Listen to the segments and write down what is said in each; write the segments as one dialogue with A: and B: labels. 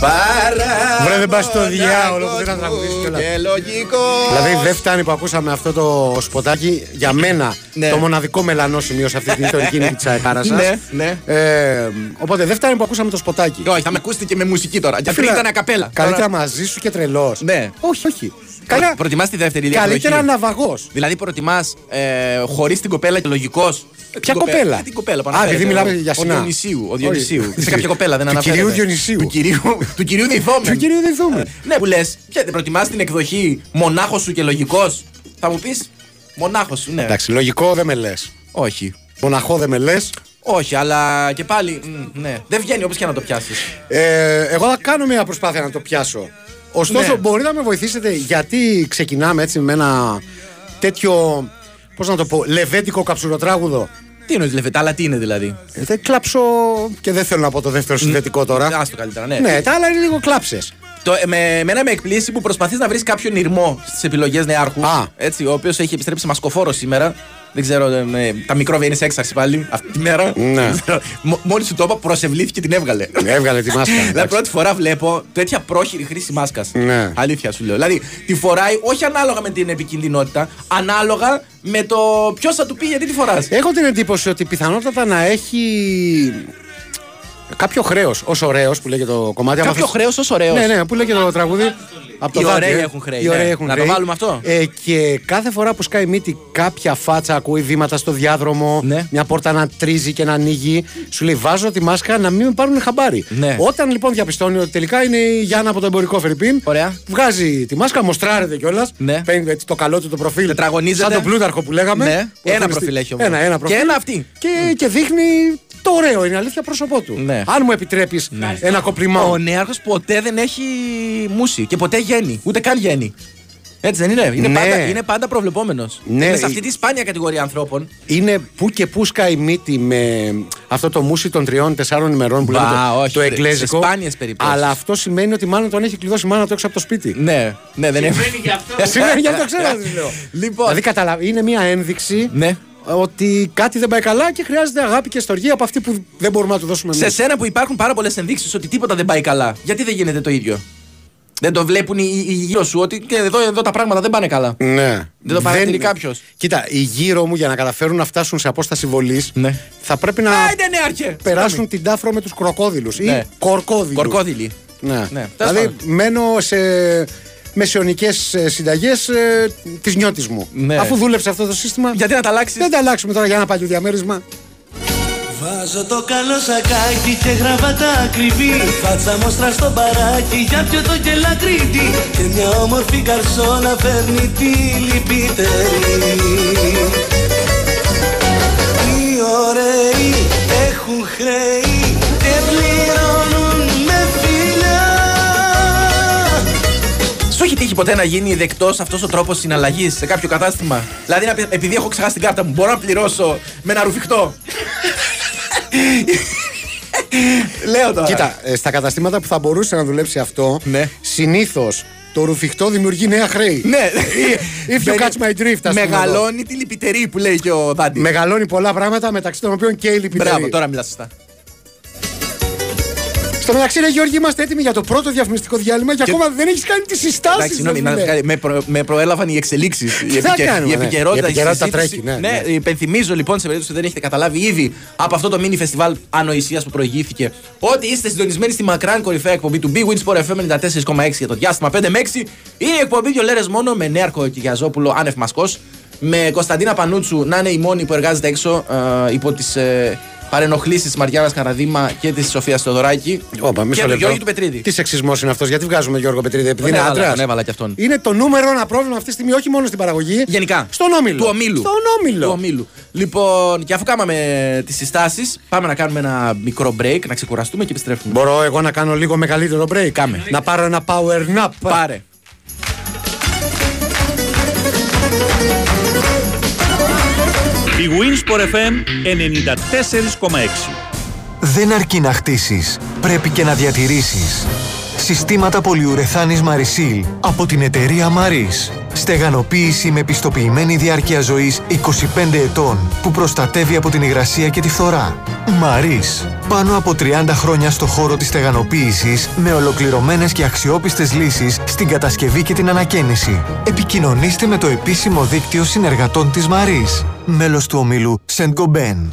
A: Παρά.
B: Βρε, δεν πας στο διάολο που δεν θα τραγουδήσεις κιόλας.
A: Και λογικό.
B: Δηλαδή δεν φτάνει που ακούσαμε αυτό το σποτάκι για μένα
A: Ναι.
B: το μοναδικό μελανό σημείο σε αυτή την ιστορική νίκη της Αϊχάρασας.
A: Ναι, ναι.
B: Ε, οπότε δεν φτάνει που ακούσαμε το σποτάκι.
A: Όχι, θα με ακούσετε και με μουσική τώρα. Και πριν
B: Φίλε,
A: ήταν ακαπέλα.
B: Καλύτερα
A: Τώρα-
B: μαζί σου και τρελός.
A: Ναι.
B: Όχι, όχι.
A: Προ-
B: Καλά,
A: Προτιμάς τη δεύτερη διαδοχή.
B: καλύτερα ναυαγός.
A: Δηλαδή προτιμάς ε, χωρίς την κοπέλα και λογικός.
B: Ε, Ποια κοπέλα?
A: Την κοπέλα, πάνω
B: Α,
A: απ'
B: επειδή
A: όλα.
B: μιλάμε για
A: Ο
B: σινά.
A: Διονυσίου. Ο Διονυσίου.
B: Όχι.
A: Σε κάποια κοπέλα δεν
B: Του
A: αναφέρεται.
B: κυρίου Διονυσίου.
A: Του κυρίου, του κυρίου Διθόμεν.
B: Του κυρίου Διθόμεν.
A: Ε, Ναι, που λες, προτιμάς την εκδοχή μονάχος σου και λογικός. Θα μου πεις μονάχος σου, ναι.
B: Εντάξει, λογικό δεν με λες.
A: Όχι.
B: Μοναχό δεν με λες.
A: Όχι, αλλά και πάλι. μ, Ναι. Δεν βγαίνει όπως και να το πιάσεις.
B: Ε, εγώ θα κάνω μια προσπάθεια να το πιάσω. Ωστόσο,
A: Ναι.
B: μπορεί να με βοηθήσετε γιατί ξεκινάμε έτσι με ένα τέτοιο. Πώς να το πω, λεβέντικο καψουροτράγουδο.
A: Τι είναι ο Λεβετά, αλλά τι είναι δηλαδή.
B: Ε, Δεν κλάψω. και δεν θέλω να πω το δεύτερο συνθετικό τώρα.
A: Άστο καλύτερα, ναι.
B: Ναι, τα άλλα είναι λίγο κλάψες.
A: Το, ε, με, εμένα με εκπλήσει που προσπαθείς να βρεις κάποιον ηρμό στις επιλογές νεάρχους.
B: Α.
A: Έτσι, ο οποίος έχει επιστρέψει μασκοφόρο σήμερα. Δεν ξέρω, ε, με- τα μικρόβια είναι σε έξαρση πάλι αυτή τη μέρα.
B: Ναι.
A: Μόλις του το είπα, προσευλήθηκε και την έβγαλε.
B: Έβγαλε τη μάσκα.
A: Δηλαδή, πρώτη φορά βλέπω τέτοια πρόχειρη χρήση μάσκας.
B: Ναι.
A: Αλήθεια σου λέω. Δηλαδή, τη φοράει όχι ανάλογα με την επικίνδυνοτητα, ανάλογα με το ποιος θα του πει γιατί τη φοράς.
B: Έχω την εντύπωση ότι πιθανότατα να έχει κάποιο χρέος. Ως ωραίος που λέγεται το κομμάτι. άμα
A: Κάποιο
B: θες-
A: χρέος ως ωραίος.
B: Ναι, ναι, που λέγεται το τραγούδι. Από το
A: Οι
B: δάκρυ,
A: ωραίοι
B: ε.
A: έχουν χρέη,
B: Οι ωραίοι
A: ναι.
B: έχουν
A: Να το
B: χρέη.
A: βάλουμε αυτό.
B: Ε, και κάθε φορά που σκάει μύτη, κάποια φάτσα ακούει βήματα στο διάδρομο,
A: Ναι.
B: μια πόρτα να τρίζει και να ανοίγει. Σου λέει: Βάζω τη μάσκα να μην με πάρουν χαμπάρι.
A: Ναι.
B: Όταν λοιπόν διαπιστώνει ότι τελικά είναι η Γιάννα από το εμπορικό Φερρυπίν,
A: Ωραία.
B: βγάζει τη μάσκα, μοστράρεται κιόλας.
A: Ναι.
B: Παίρνει έτσι το καλό του το προφίλ.
A: Τετραγωνίζεται.
B: Σαν τον Πλούταρχο που λέγαμε.
A: Ναι.
B: Που
A: Ένα
B: εμφανιστεί-
A: προφίλ έχει όμως.
B: Ένα, ένα
A: Και
B: προφίλ.
A: ένα αυτή.
B: Και, και δείχνει το ωραίο, είναι αλήθεια πρόσωπό του.
A: Ναι.
B: Αν μου επιτρέπεις ένα κοπλιμό.
A: Ο νέαρχος ποτέ δεν έχει μουσι και ποτέ γέννη. Ούτε καν γέννη. Έτσι δεν είναι. Είναι
B: Ναι.
A: πάντα, είναι πάντα προβλεπόμενος.
B: Ναι,
A: Είναι σε
B: η-
A: αυτή τη σπάνια κατηγορία ανθρώπων.
B: Είναι που και που σκάει μύτη με αυτό το μουσι των τριών-τεσσάρων ημερών που
A: Μπα,
B: λέμε το,
A: όχι,
B: το
A: ρε,
B: εγγλέζικο.
A: σε σπάνιες περιπτώσεις.
B: Αλλά αυτό σημαίνει ότι μάλλον τον έχει κλειδώσει η μάνα του έξω από το σπίτι.
A: Ναι, ναι, δεν είναι.
C: Συμβαίνει και αυτό.
B: σημαίνει γι' αυτό ξέρω, τι λέω.
A: Λοιπόν.
B: Δηλαδή καταλαβα... είναι μια ένδειξη
A: Ναι.
B: ότι κάτι δεν πάει καλά και χρειάζεται αγάπη και στοργία από αυτή που δεν μπορούμε να του δώσουμε
A: Σε
B: εμείς.
A: σένα που υπάρχουν πάρα πολλές ενδείξεις ότι τίποτα δεν πάει καλά, γιατί δεν γίνεται το ίδιο. Δεν το βλέπουν οι, οι- οι γύρω σου ότι και εδώ, εδώ τα πράγματα δεν πάνε καλά.
B: Ναι.
A: Δεν το παρατηρεί κάποιος.
B: Κοίτα, οι γύρω μου για να καταφέρουν να φτάσουν σε απόσταση βολής
A: Ναι.
B: θα πρέπει να
A: Άιντε νέαρχε!
B: περάσουν την τάφρο με τους κροκόδηλους
A: Ναι.
B: ή κορκόδηλου.
A: Κορκόδηλη.
B: Ναι.
A: Ναι, τέλος
B: Δηλαδή
A: πάντων.
B: μένω σε μεσαιωνικές ε, συνταγές ε, της νιώτης μου.
A: Ναι.
B: Αφού δούλεψε αυτό το σύστημα,
A: Γιατί να τα αλλάξεις.
B: δεν τα αλλάξουμε τώρα για ένα παλιό διαμέρισμα.
D: Βάζω το καλό σακάκι και γραβάτα ακριβή Φάτσα μόστρα στο μπαράκι για πιο το κελακρίτη Και μια όμορφη καρσόνα παίρνει τη λυπητερή Οι ωραίοι έχουν χρέη και πληρώνουν με φιλιά
A: Σου έχει τύχει ποτέ να γίνει δεκτός αυτός ο τρόπος συναλλαγής σε κάποιο κατάστημα. Δηλαδή, να πει, επειδή έχω ξεχάσει την κάρτα μου, μπορώ να πληρώσω με ένα ρουφιχτό. Λέω τώρα.
B: Κοίτα, ε, στα καταστήματα που θα μπορούσε να δουλέψει αυτό,
A: Ναι.
B: συνήθως το ρουφιχτό δημιουργεί νέα χρέη.
A: Ναι,
B: If you
A: Μπαίνει-
B: catch my drift, ας πούμε, εδώ.
A: Μεγαλώνει τη λυπητερή που λέει και ο Δάντη.
B: Μεγαλώνει πολλά πράγματα μεταξύ των οποίων και η λυπητερή.
A: Μπράβο, τώρα μιλάς σωστά.
B: Στο μεταξύ, ρε Γιώργη, είμαστε έτοιμοι για το πρώτο διαφημιστικό διάλειμμα και,
A: Και-
B: ακόμα δεν έχεις κάνει τις
A: Εντάξει,
B: συστάσεις.
A: συγγνώμη, να- με, προ- με προέλαβαν οι εξελίξεις. Η,
B: θα κάνουμε,
A: η
B: ναι.
A: επικαιρότητα,
B: Η επικαιρότητα
A: συζήτηση.
B: τρέχει, ναι,
A: ναι,
B: ναι.
A: Υπενθυμίζω λοιπόν σε περίπτωση που δεν έχετε καταλάβει ήδη από αυτό το μίνι φεστιβάλ ανοησίας που προηγήθηκε ότι είστε συντονισμένοι στη μακράν κορυφαία εκπομπή του Big Win Sport FM 94,6 για το διάστημα 5 με 6 ή η εκπομπή δύο λέρες μόνο με Νέαρκο Κυριαζόπουλο άνευ μασκός. Με Κωνσταντίνα Πανούτσου να είναι η μόνη που εργάζεται έξω ε, υπό τις ε, παρενοχλήσεις τη Μαριάννα Καραδίμα και της Σοφίας Θεοδωράκη.
B: Όπα, μισό
A: και του
B: λεπτό.
A: Γιώργη του Πετρίδη.
B: Τι σεξισμός είναι αυτός, γιατί βγάζουμε Γιώργο Πετρίδη, επειδή
A: Τον
B: είναι
A: έβαλα,
B: άντρας.
A: τον έβαλα κι αυτόν.
B: Είναι το νούμερο ένα πρόβλημα αυτή τη στιγμή, όχι μόνο στην παραγωγή.
A: Γενικά.
B: Στον όμιλο.
A: Του ομίλου.
B: Στον όμιλο.
A: Του ομίλου. Λοιπόν, και αφού κάναμε τις συστάσεις, πάμε να κάνουμε ένα μικρό break, να ξεκουραστούμε και επιστρέφουμε.
B: Μπορώ εγώ να κάνω λίγο μεγαλύτερο break.
A: Κάμε.
B: Να πάρω ένα power nap.
A: Πάρε.
E: Η Winsport FM 94,6.
F: Δεν αρκεί να χτίσεις, πρέπει και να διατηρήσεις. Συστήματα πολυουρεθάνης Marissil από την εταιρεία Maris. Στεγανοποίηση με πιστοποιημένη διάρκεια ζωής 25 ετών που προστατεύει από την υγρασία και τη φθορά. Μαρίς. Πάνω από 30 χρόνια στο χώρο της στεγανοποίησης με ολοκληρωμένες και αξιόπιστες λύσεις στην κατασκευή και την ανακαίνιση. Επικοινωνήστε με το επίσημο δίκτυο συνεργατών της Μαρίς. Μέλος του ομίλου Σεντ Γκομπέν.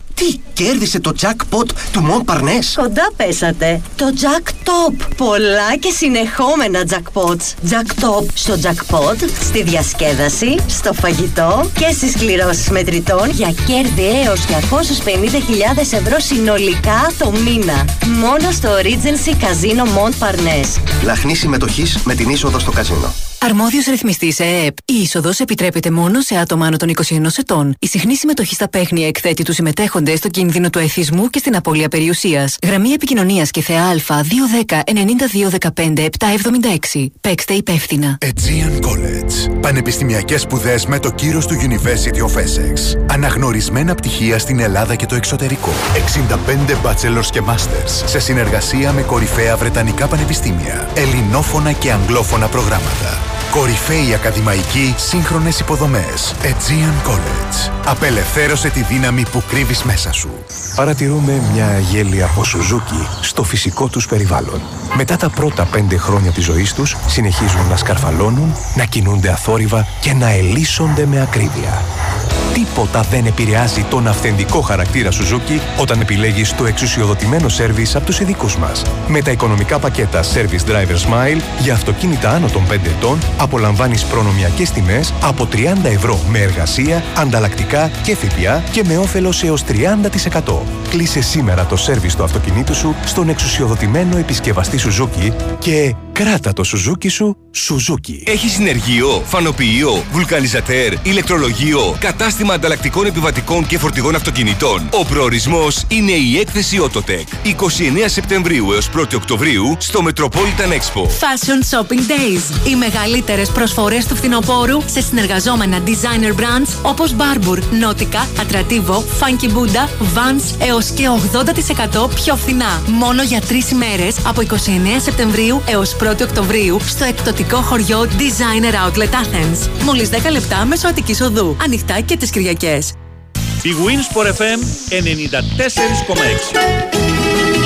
G: Τι κέρδισε το jackpot του Μον Παρνέ.
C: Κοντά πέσατε. Το Jack Top. Πολλά και συνεχόμενα jackpots. Jack Top στο jackpot, στη διασκέδαση, στο φαγητό και στις κληρώσεις μετρητών για κέρδη έως 250.000 ευρώ συνολικά το μήνα. Μόνο στο Regency Casino Mont Parnasse.
G: Λαχνή συμμετοχής με την είσοδο στο καζίνο.
H: Αρμόδιος ρυθμιστής ΕΕΠ. Η είσοδος επιτρέπεται μόνο σε άτομα άνω των 21 ετών. Η συχνή συμμετοχή στα παίχνια εκθέτει τους συμμετέχοντες στο κίνδυνο του εθισμού και στην απώλεια περιουσίας. Γραμμή επικοινωνίας και θεά Α 210 9215 776. Παίξτε υπεύθυνα.
I: Aegean College. Πανεπιστημιακές σπουδές με το κύριο του University of Essex. Αναγνωρισμένα πτυχία στην Ελλάδα και το εξωτερικό. 65 bachelors και masters σε συνεργασία με κορυφαία βρετανικά πανεπιστήμια. Ελληνόφωνα και αγγλόφωνα προγράμματα. Κορυφαίοι ακαδημαϊκοί σύγχρονες υποδομές. Aegean College. Απελευθέρωσε τη δύναμη που κρύβεις μέσα σου.
J: Παρατηρούμε μια αγέλη από Σουζούκι στο φυσικό τους περιβάλλον. Μετά τα πρώτα πέντε χρόνια της ζωής τους, συνεχίζουν να σκαρφαλώνουν, να κινούνται αθόρυβα και να ελίσσονται με ακρίβεια. Τίποτα δεν επηρεάζει τον αυθεντικό χαρακτήρα Suzuki όταν επιλέγεις το εξουσιοδοτημένο σερβις από τους ειδικούς μας. Με τα οικονομικά πακέτα Service Driver Smile για αυτοκίνητα άνω των 5 ετών απολαμβάνεις προνομιακές τιμές από 30 ευρώ με εργασία, ανταλλακτικά και ΦΠΑ και με όφελος έως 30%. Κλείσε σήμερα το σερβις του αυτοκινήτου σου στον εξουσιοδοτημένο επισκευαστή Suzuki και Ε, κράτα το Suzuki σου Suzuki.
K: Έχει συνεργείο, φανοποιείο, βουλκανιζατέρ, ηλεκτρολογείο, κατάστημα ανταλλακτικών επιβατικών και φορτηγών αυτοκινητών. Ο προορισμός είναι η έκθεση Autotech. 29 Σεπτεμβρίου έως 1 Οκτωβρίου στο Metropolitan Expo.
L: Fashion Shopping Days. Οι μεγαλύτερες προσφορές του φθινοπόρου σε συνεργαζόμενα designer brands όπως Barbour, Nautica, Atrativo, Funky Buddha, Vans έως και 80% πιο φθηνά. Μόνο για τρεις ημέρες από 29 Σεπτεμβρίου έως 1 Οκτωβρίου στο εκπτωτικό χωριό Designer Outlet Athens. Μόλις 10 λεπτά μέσω Αττικής Οδού. Ανοιχτά και τις Κυριακές.
E: Big Wins for FM 94,6.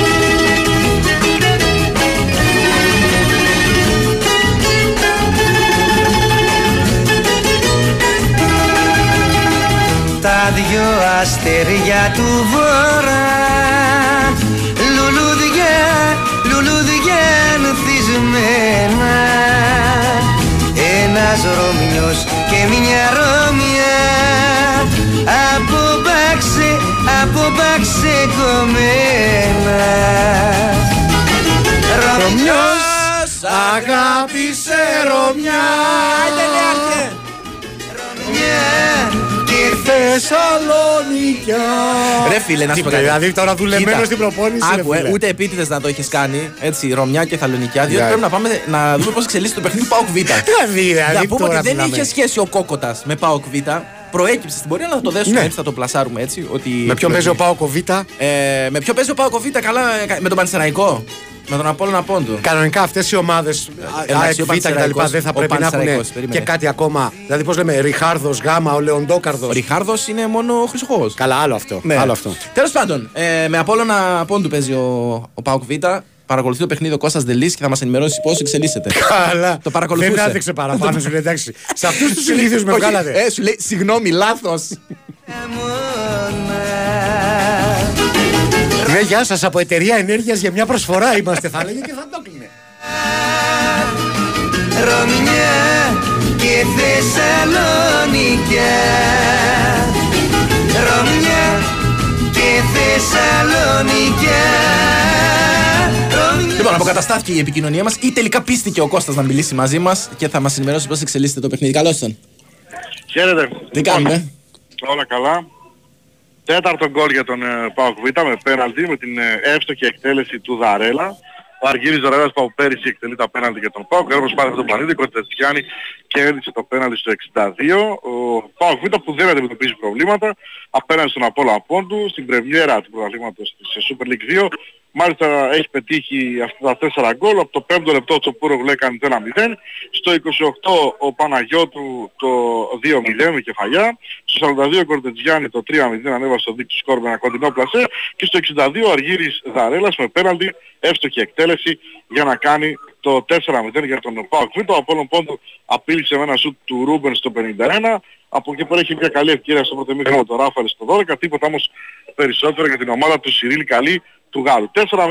D: Τα δυο αστέρια του βορρά Λουλούδια, λουλούδια ενθισμένα Ένας Ρωμιός και μια Ρώμια Από μπάξε, από μπάξε κομμένα Ρωμιός,
B: Αγάπησε Ρωμιά
A: ναι,
D: Ρωμιά και
B: Θεσσαλονικιά
A: Ρε φίλε, να σου πω κάτι.
B: Δηλαδή τώρα δουλεμένο
A: Κοίτα,
B: στην προπόνηση
A: Άκου, ε, ούτε επίτηδες να το έχεις κάνει. Έτσι, Ρωμιά και Θαλονικιά. Διότι
B: Για-
A: πρέπει να πάμε να δούμε πώς εξελίσσεται το παιχνίδι Πάοκ Β.
B: Δηλαδή, δηλαδή,
A: Να πούμε
B: τώρα
A: ότι δεν
B: μιλάμε.
A: είχε σχέση ο Κόκοτας με Πάοκ Β. Προέκυψε στην πορεία, αλλά θα το δέσουμε
B: Ναι.
A: έτσι, θα το πλασάρουμε έτσι. Ότι
B: Με ποιον παίζει ο Πάοκο Β.
A: Ε, με ποιο παίζει ο Πάοκ Β, καλά, ε, κα- με τον Πανσεραϊκό. Με τον Απόλλωνα Πόντου.
B: Κανονικά αυτές οι ομάδες
A: Ε, ο
B: Β και τα λοιπά
A: Πανσεραϊκός,
B: δεν θα
A: ο
B: πρέπει να έχουν
A: Πανσεραϊκός, περίμενε.
B: και κάτι ακόμα. Δηλαδή, πώς λέμε, Ριχάρδος Γάμα, ο Λεοντόκαρδος.
A: Ο Ριχάρδος είναι μόνο ο Χρυσοχό.
B: Καλά, άλλο αυτό. Άλλο αυτό.
A: Τέλος Ναι. πάντων, ε, με Απόλλωνα Πόντου παίζει ο, ο Πάοκ Β. Παρακολουθεί το παιχνίδι ο Κώστας Δελής και θα μας ενημερώσει πώς εξελίσσεται.
B: Καλά.
A: Το παρακολουθούσε.
B: Δεν άδειξε παραπάνω σου, λέει, εντάξει. Σε αυτούς τους
A: Σου λέει,
B: συνήθειου με
A: όχι,
B: βγάλατε.
A: Ε, σου λέει, συγγνώμη, λάθος.
D: χαμόνα
B: Ναι, γεια σας από εταιρεία ενέργειας για μια προσφορά είμαστε, θα λέγε και θα το κλείνε.
D: Ρωμιά και Θεσσαλονικιά Ρωμιά και Θεσσαλονικιά Ρωμιά
A: λοιπόν, αποκαταστάθηκε η επικοινωνία μας ή τελικά πίστηκε ο Κώστας να μιλήσει μαζί μας και θα μας ενημερώσει πώς εξελίσσεται το παιχνίδι. Καλώς ήρθατε.
M: Χαίρετε.
A: Τι κάνουμε.
M: Όλα καλά. Τέταρτο γκολ για τον ε, Πάοκ Β με πέναλτι με την ε, εύστοχη εκτέλεση του Δαρέλα. Ο Αργύρης Ζωρέλας που από πέρυσι εκτελεί τα πέναλτι για τον Πάουκ. Έκανε προσπάθεια στον Πανίδη, Κωνσταντιάνη κέρδισε το πέναλτι στο 62. Ο Πάουκ Β' που δεν αντιμετωπίζει προβλήματα απέναντι στον Απόλλωνα Πόντου στην πρεμιέρα του πρωταθλήματος της ε, Super League 2. Μάλιστα έχει πετύχει αυτά τα 4 γκολ. Από το 5ο λεπτό ο Τσοπούροβλου έκανε το 1-0. Στο 28 ο Παναγιώτου το 2-0 με κεφαλιά. Στο 42 ο Κορτετζιάννη το 3-0 ανέβασε το δίκτυο σκορ με ένα κοντινό πλασέ. Και στο 62 ο Αργύρης Δαρέλας με πέναλτι εύστοχη εκτέλεση για να κάνει το 4-0 για τον Πάοκ Β. Ο Απόλλων Πόντου απείλησε με ένα σουτ του Ρούμπεν στο 51. Από εκεί πέρα έχει μια καλή ευκαιρία στο πρώτο μήχρονο το Ράφαλ στο 12. Τίποτα όμως περισσότερο για την ομάδα του Σιρήλ Καλή του Γάλλου. 4-0 στο 64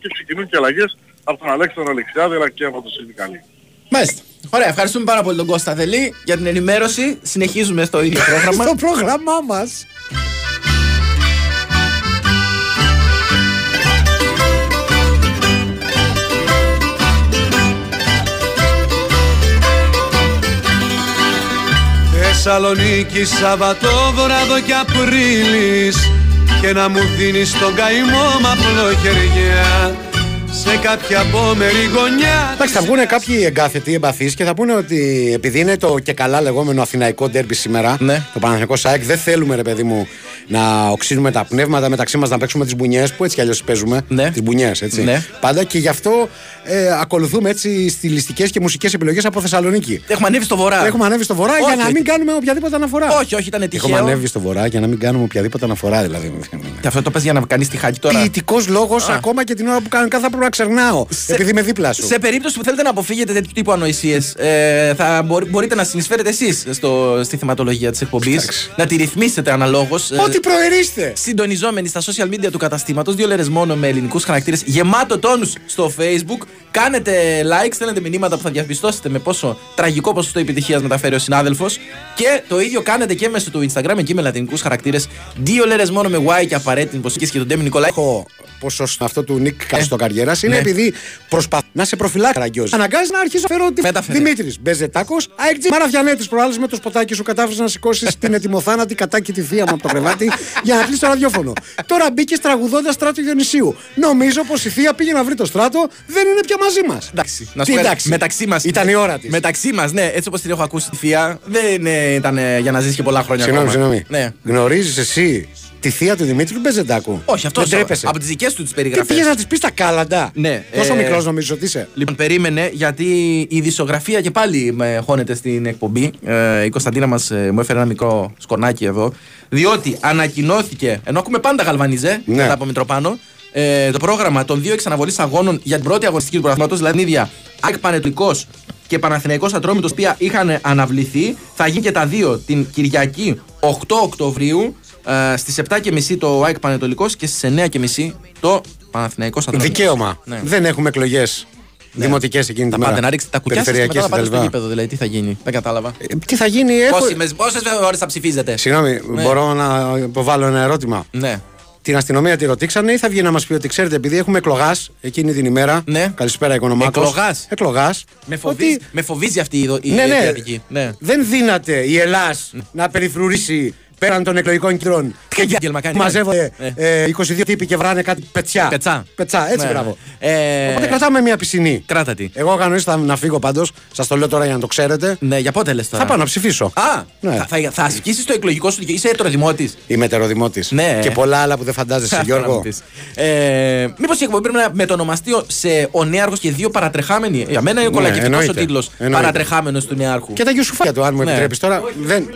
M: και ξεκινούν και αλλαγές από τον Αλέξανδρο Αλεξιάδη αλλά και από τον Σιρήλ Καλή.
A: Μάλιστα. Ωραία, ευχαριστούμε πάρα πολύ τον Κώστα Θελή για την ενημέρωση. Συνεχίζουμε στο ίδιο πρόγραμμα.
B: Στο πρόγραμμά μας.
N: Θεσσαλονίκη, Σαββατόβραδο και Απρίλης και να μου δίνεις τον καημό μ' απλόχεριά σε κάποια απόμερη γωνιά
B: Εντάξει, θα βγουν κάποιοι εγκάθετοι, εμπαθείς και θα πούνε ότι επειδή είναι το και καλά λεγόμενο αθηναϊκό ντέρμπι σήμερα,
A: Ναι.
B: το Παναθηναϊκό ΣΑΕΚ, δεν θέλουμε ρε παιδί μου να οξύνουμε τα πνεύματα μεταξύ μας να παίξουμε τις μπουνιές που έτσι κι αλλιώς παίζουμε. Ναι. Τις μπουνιές, έτσι.
A: Ναι.
B: Πάντα και γι' αυτό ε, ακολουθούμε έτσι στιλιστικές και μουσικές επιλογές από Θεσσαλονίκη.
A: Έχουμε ανέβει στο βορρά.
B: Έχουμε ανέβει στο βορρά για
A: Όχι,
B: να
A: όχι.
B: μην κάνουμε οποιαδήποτε αναφορά.
A: Όχι, όχι, ήταν τυχαίο.
B: Έχουμε ανέβει στο βορρά για να μην κάνουμε οποιαδήποτε αναφορά δηλαδή.
A: Και αυτό το πες για να κάνεις τη χάκη τώρα.
B: Ποιητικός λόγος ακόμα και την ώρα που κάνω κάθε πρέπει να ξερνάω. Επειδή είμαι δίπλα σου.
A: Σε περίπτωση που θέλετε να αποφύγετε τέτοιου τύπου ανοησίες, ε, θα μπορεί- μπορείτε να συνεισφέρετε εσείς στη θεματολογία της εκπομπής. Να τη ρυθμίσετε αναλόγως.
B: Ό,τι προερίστε.
A: Συντονιζόμενοι στα social media του καταστήματος, δύο λέρες μόνο με ελληνικούς χαρακτήρες, γεμάτο τόνους στο facebook. Κάνετε like, στέλνετε μηνύματα που θα διαπιστώσετε με πόσο τραγικό ποσοστό επιτυχίας μεταφέρει ο συνάδελφος. Και το ίδιο κάνετε και μέσω του Instagram, εκεί με λατινικούς χαρακτήρες. Δύο λέρες μόνο με Y και απαραίτητη υποσχέση και τον Ντέμι Νικολάη.
B: ποσοστό αυτό του Νίκ Καριστοκαριέρα είναι
A: Ε, ναι.
B: επειδή προσπαθεί να σε προφυλάξει. Καραγκιόζη. Αναγκάζεις να αρχίσει να φέρω ότι Δημήτρης Μπεζετάκος, Αεκτζή Μαραδιανέτη. Προάλλες με το σποτάκι σου κατάφερες να σηκώσεις την ετοιμοθάνατη κατάκι τη θεία μου από το κρεβάτι για να κλείσει το ραδιόφωνο. Τώρα μπήκες τραγουδώντας στράτο Διονυσίου. Νομίζω πως η θεία πήγε να βρει το στράτο, δεν είναι πια μαζί μας.
A: Εντάξει, να
B: Τι
A: σου πω,
B: εντάξει.
A: μεταξύ μας.
B: Ήταν η ώρα της.
A: Μεταξύ μας, ναι, έτσι όπως την έχω ακούσει τη θεία, δεν ε, ήταν ε, για να ζήσει και πολλά χρόνια
B: Συγγνώμη,
A: ακόμα.
B: συγγνώμη.
A: Ναι.
B: Γνωρίζεις εσύ τη θεία του Δημήτρη Μπεζετάκου.
A: Όχι, αυτός
B: δεν τρέπεσαι.
A: Από τις δικές του τις
B: Τι
A: περιγραφές.
B: πήγες να της πεις τα κάλαντα.
A: Ναι,
B: Τόσο
A: ε,
B: μικρός νομίζω ότι είσαι.
A: Λοιπόν, περίμενε, γιατί η δισογραφία και πάλι με χώνεται στην εκπομπή. Ε, η Κωνσταντίνα μας μου έφερε ένα μικρό σκονάκι εδώ. Διότι ανακοινώθηκε, ενώ ακούμε πάντα γαλβανιζέ,
B: Ναι.
A: μετά από Μητροπάνο, ε, το πρόγραμμα των δύο εξαναβολής αγώνων για την πρώτη αγωνιστική του προγραμματό, δηλαδή την ίδια ΑΕΚ Πανετουικός και Παναθηναϊκός Ατρόμητος, οποία είχαν αναβληθεί, θα γίνει και τα δύο την Κυριακή 8 Οκτωβρίου ε, στις 7.30 το ΑΕΚ Πανετολικός και στις 9.30 το Παναθηναϊκός Ατρόμητος.
B: Δικαίωμα.
A: Ναι.
B: Δεν έχουμε εκλογές. Δημοτικές εκείνη τη
A: Θα
B: μέρα.
A: πάτε να ρίξετε τα κουκιά σας και μετά
B: Περιφερειακές
A: θα πάτε
B: κτλ.
A: στο γήπεδο, δηλαδή τι θα γίνει. Δεν κατάλαβα.
B: Ε, Τι θα γίνει, έχω...
A: Πόσοι- με- Πόσες ώρες θα ψηφίζετε.
B: Συγγνώμη,
A: Ναι.
B: μπορώ να υποβάλω ένα ερώτημα.
A: Ναι.
B: Την αστυνομία τη ρωτήξανε ή θα βγει να μας πει ότι ξέρετε, επειδή έχουμε εκλογάς εκείνη την ημέρα. Ναι. Καλησπέρα, οικονομάκος.
A: Εκλογάς.
B: Εκλογάς.
A: Με φοβίζει,
B: Ότι
A: με φοβίζει αυτή η, δο- η
B: Ναι, ναι.
A: ιδιωτική. Ναι.
B: δεν δύναται η Ελλάδα να περιφρουρήσει πέραν των εκλογικών κυρών. Και
A: Άγγελμα κάνει, ναι.
B: μαζεύονται ε, 22 τύποι και βράνε κάτι πετσιά.
A: Πετσά.
B: Πετσά, έτσι
A: Ναι.
B: μπράβο.
A: Ε,
B: Οπότε κρατάμε μια πισινή.
A: Κράτα τη.
B: Εγώ κανονίστηκα να φύγω πάντως. Σας το λέω τώρα για να το ξέρετε.
A: Ναι, για πότε λες τώρα.
B: Θα πάω να ψηφίσω.
A: Α,
B: Ναι.
A: θα, θα, θα ασκήσεις το εκλογικό σου δικαίωμα. Είσαι ετροδημότης.
B: Είμαι ετεροδημότης.
A: Ναι.
B: Και πολλά άλλα που δεν φαντάζεσαι,
A: Αυτά να
B: Γιώργο.
A: μου πεις. Ε, Μήπως η εκπομπή πρέπει να μετονομαστεί ο- σε Ο Νέαρχος και δύο παρατρεχάμενοι. Για μένα είναι
B: Ναι,
A: κολακευτικός ο
B: εννοείται.
A: τίτλος.
B: Εννοείται.
A: Παρατρεχάμενος του Νέαρχου.
B: Και τα γιουσουφάκια του, αν μου
A: Ναι.
B: επιτρέπεις τώρα. δεν...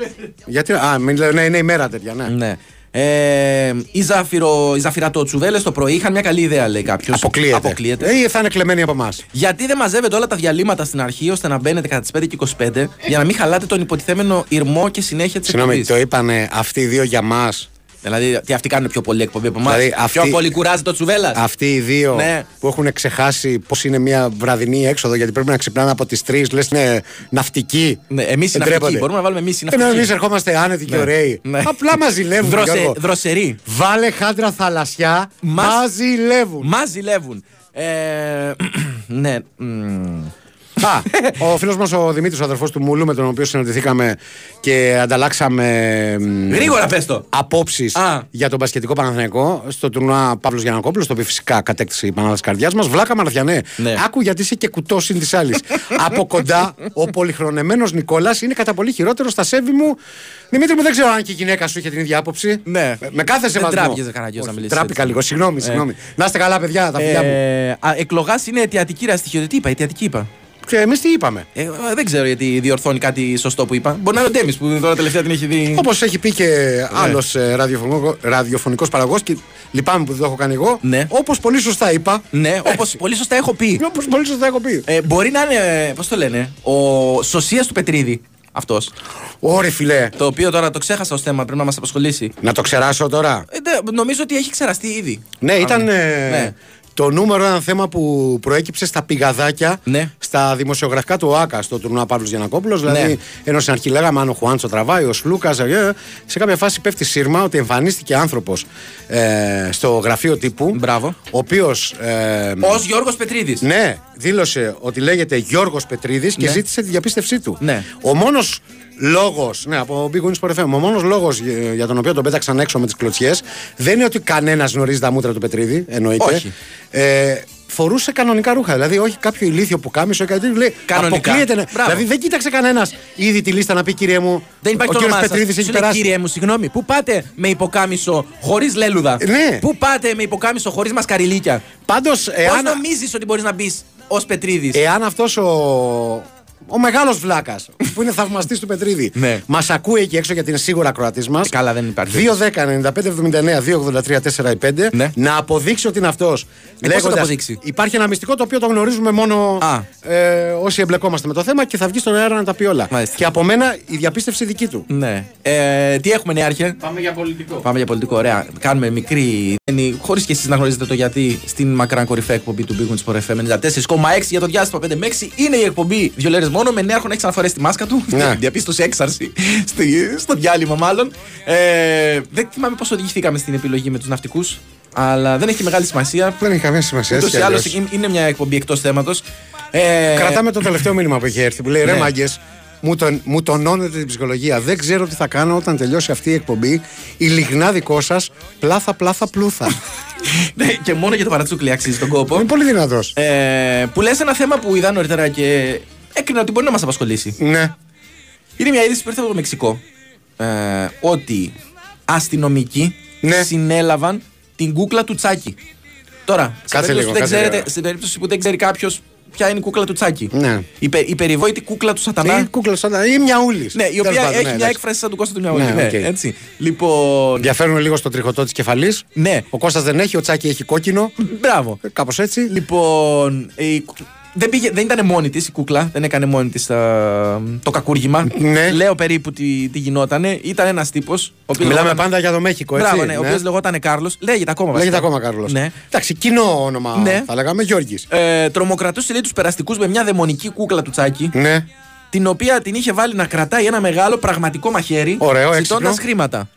B: Γιατί. Α, μην λέω, ναι, είναι η μέρα τέτοια, ναι.
A: Ναι. Ε, η, Ζάφυρο, η Ζαφυρατοτσουβέλε το πρωί είχαν μια καλή ιδέα, λέει κάποιος.
B: Αποκλείεται. Ε, θα είναι κλεμμένοι από εμάς.
A: Γιατί δεν μαζεύετε όλα τα διαλύματα στην αρχή ώστε να μπαίνετε κατά τις 5 και 25 για να μην χαλάτε τον υποτιθέμενο ηρμό και συνέχεια της
B: Συγγνώμη,
A: εκπομπής.
B: το είπανε αυτοί οι δύο για μας.
A: Δηλαδή, τι αυτοί κάνουν πιο πολύ εκπομπή από εμάς.
B: Δηλαδή, αυτοί-
A: Πιο πολύ κουράζει το τσουβέλας.
B: Αυτοί οι δύο
A: Ναι.
B: που έχουν ξεχάσει πώς είναι μια βραδινή έξοδο, γιατί πρέπει να ξυπνάνε από τις 3, λε είναι ναι, ναυτικοί.
A: Ναι, εμείς
B: Δεν
A: συναυτικοί.
B: τρέπονται.
A: Μπορούμε να βάλουμε εμείς
B: Ενώ εμεί
A: συναυτικοί.
B: ερχόμαστε άνετοι και
A: Ναι.
B: ωραίοι.
A: Ναι.
B: Απλά μαζιλεύουν.
A: Δροσε-
B: Γιώργο.
A: Δροσεροί.
B: Βάλε χάντρα θαλασσιά.
A: Μας-
B: Μαζιλεύουν.
A: Μαζιλεύουν. Ε, ναι. μ.
B: ο φίλος μας ο Δημήτρης, ο αδερφός του Μουλού, με τον οποίο συναντηθήκαμε και ανταλλάξαμε. μ,
A: Γρήγορα πες το.
B: απόψεις για τον πασχετικό Παναθηναϊκό στο τουρνουά Παύλος Γιανακόπουλος, το οποίο φυσικά κατέκτησε η Πανάδα Καρδιάς μας. Βλάκα Μαραθιανέ.
A: Ναι.
B: Άκου γιατί είσαι και κουτός συν της άλλης. Από κοντά, ο πολυχρονεμένος Νικόλας είναι κατά πολύ χειρότερο στα σέβη μου. Δημήτρη μου, δεν ξέρω αν και η γυναίκα σου είχε την ίδια άποψη. Ναι. Με κάθε
A: Δεν
B: σεβασμό.
A: τράπηκε, Καραγκιόζη, να
B: Όχι,
A: μιλήσεις
B: Τράπηκα
A: έτσι.
B: λίγο, συγγνώμη,
A: Ε.
B: συγγνώμη. Να είστε καλά, παιδιά, τα φιλιά μου.
A: Ε, Εκλογάς είναι αιτιατική ραστιχιότητα. Τι είπα, αιτιατική είπα.
B: Και εμείς τι είπαμε.
A: Ε, ε, δεν ξέρω γιατί διορθώνει κάτι σωστό που είπα. Μπορεί να είναι ο Ντέμις που τώρα τελευταία την έχει δει.
B: Όπως έχει πει και άλλο ραδιοφωνικό ραδιοφωνικός παραγωγός, και λυπάμαι που δεν το έχω κάνει εγώ. Ναι. Όπως πολύ σωστά είπα.
A: Ναι, όπως πολύ σωστά έχω πει.
B: Όπως πολύ σωστά έχω πει.
A: Ε, μπορεί να είναι, πώς το λένε, ο Σωσίας του Πετρίδη. Αυτός.
B: Ωρε φιλέ.
A: Το οποίο τώρα το ξέχασα ως θέμα, πρέπει να μας απασχολήσει.
B: Να το ξεράσω τώρα.
A: Ε, ναι, νομίζω ότι έχει ξεραστεί ήδη.
B: Ναι, ήταν. ε,
A: ναι.
B: Το νούμερο ένα θέμα που προέκυψε στα πηγαδάκια στα δημοσιογραφικά του ΟΑΚΑ στο τουρνουά Παύλος Γιανακόπουλος. Δηλαδή, ενώ στην αρχή λέγαμε αν ο Χουάντσο τραβάει, ο Σλούκα. σε κάποια φάση πέφτει σύρμα ότι εμφανίστηκε άνθρωπος ε, στο γραφείο τύπου. Ο οποίος. Ε,
A: Ως Γιώργος Πετρίδης.
B: Ναι, δήλωσε ότι λέγεται Γιώργος Πετρίδης και
A: Ναι.
B: ζήτησε τη διαπίστευσή του.
A: Ναι.
B: Ο μόνος λόγος, ναι, από Big Wings Sport FM, ο μόνος λόγος για τον οποίο τον πέταξαν έξω με τις κλωτσιές δεν είναι ότι κανένας γνωρίζει τα μούτρα του Πετρίδη, εννοείται.
A: Όχι.
B: Ε, φορούσε κανονικά ρούχα. Δηλαδή, όχι κάποιο ηλίθιο που κάμισε, κάτι τέτοιο. Λέει,
A: Κανονικά.
B: αποκλείεται να-
A: Μπράβο.
B: Δηλαδή, δεν κοίταξε κανένας ήδη τη λίστα να πει κύριε μου.
A: Δεν υπάρχει
B: ο κύριος
A: το όνομά σας.
B: Πετρίδης
A: Σου
B: έχει
A: λέει,
B: περάσει.
A: Κύριε μου, συγγνώμη, πού πάτε με υποκάμισο χωρίς λέλουδα.
B: Ναι. Ε,
A: Πού πάτε με υποκάμισο χωρίς μασκαριλίκια.
B: Πάντως,
A: Πώ
B: εάν-
A: νομίζεις ότι μπορείς να μπεις ως Πετρίδης.
B: Εάν αυτός ο. Ο μεγάλος βλάκας που είναι θαυμαστής του Πετρίδη.
A: Ναι.
B: Μας ακούει εκεί έξω γιατί είναι σίγουρα κροατή μας.
A: Καλά, δεν υπάρχει. Ναι.
B: 2-10-95-79-283-4-5 να αποδείξει ότι είναι αυτός.
A: Ε, θα το αποδείξει?
B: Υπάρχει ένα μυστικό το οποίο το γνωρίζουμε μόνο ε, όσοι εμπλεκόμαστε με το θέμα και θα βγει στον αέρα να τα πει όλα. Και από μένα η διαπίστευση δική του.
A: Ναι. Ε, τι έχουμε, Νεάρχε.
O: Πάμε για πολιτικό.
A: Πάμε για πολιτικό, ωραία. Κάνουμε μικρή. Χωρίς και εσείς να γνωρίζετε το γιατί στην μακράν κορυφαία εκπομπή του Big Wings for FM 94,6 για το διάστημα 5 με 6 είναι η εκπομπή δύο λέρε μόνο με νέαρχο να έχει αναφορέ στη μάσκα του.
B: Ναι.
A: Διαπίστωση έξαρση στη- στο διάλειμμα, μάλλον. Ε, δεν θυμάμαι πώς οδηγηθήκαμε στην επιλογή με τους ναυτικούς, αλλά δεν έχει μεγάλη σημασία.
B: Δεν έχει καμία σημασία.
A: Ούτως ή
B: έτσι κι
A: άλλως
B: αλλιώς.
A: είναι μια εκπομπή εκτός θέματος. Ε,
B: Κρατάμε το τελευταίο μήνυμα που έχει έρθει που λέει ρε
A: Ναι.
B: μάγκες. Μου, τον, μου τονώνετε την ψυχολογία. Δεν ξέρω τι θα κάνω όταν τελειώσει αυτή η εκπομπή. Η λιγνά δικό σας, πλάθα, πλάθα, πλούθα.
A: Ναι, και μόνο για το παρατσούκλι αξίζει τον κόπο.
B: Είναι πολύ δυνατός.
A: Ε, που λες ένα θέμα που είδα νωρίτερα και έκρινα ότι μπορεί να μας απασχολήσει.
B: Ναι.
A: Είναι μια είδηση που ήρθε από το Μεξικό. Ε, ότι αστυνομικοί
B: Ναι.
A: συνέλαβαν την κούκλα του Τσάκη. Τώρα, σε
B: Κάτσε
A: περίπτωση
B: λίγο,
A: που δεν
B: κάτσε
A: ξέρετε-
B: λίγο.
A: σε περίπτωση που δεν ξέρει κάποιος ποια είναι η κούκλα του Τσάκη.
B: Ναι.
A: Η, πε- η περιβόητη κούκλα του Σατανά.
B: Η κούκλα σαν ή μια ούλη.
A: Ναι, η οποία έχει μια έκφραση σαν του Κώστα του Μιαούλη.
B: Ναι,
A: Ναι,
B: οκ.
A: έτσι. Λοιπόν.
B: Διαφέρουν λίγο στο τριχωτό της κεφαλής.
A: Ναι.
B: Ο Κώστας δεν έχει, ο Τσάκη έχει κόκκινο.
A: Μπράβο.
B: Κάπως έτσι.
A: Λοιπόν, η κου- δεν, πήγε, δεν ήταν μόνη της η κούκλα, δεν έκανε μόνη της το κακούργημα.
B: Ναι.
A: Λέω περίπου τι, τι γινότανε. Ήταν ένας τύπος.
B: Μιλάμε πάντα για το Μέχικο, έτσι.
A: Μπράβο, ναι, ο
B: Ναι.
A: οποίος λεγόταν Κάρλος. Λέγεται ακόμα
B: Λέγεται
A: βασικά.
B: ακόμα Κάρλος.
A: Ναι.
B: Εντάξει, κοινό όνομα
A: Ναι.
B: θα λέγαμε Γιώργης.
A: Ε, τρομοκρατούσε λέει τους περαστικούς με μια δαιμονική κούκλα του Τσάκη.
B: Ναι.
A: Την οποία την είχε βάλει να κρατάει ένα μεγάλο πραγματικό μαχαίρι.
B: Ωραίο,
A: Ζητώντας
B: έξυπνο.
A: χρήματα.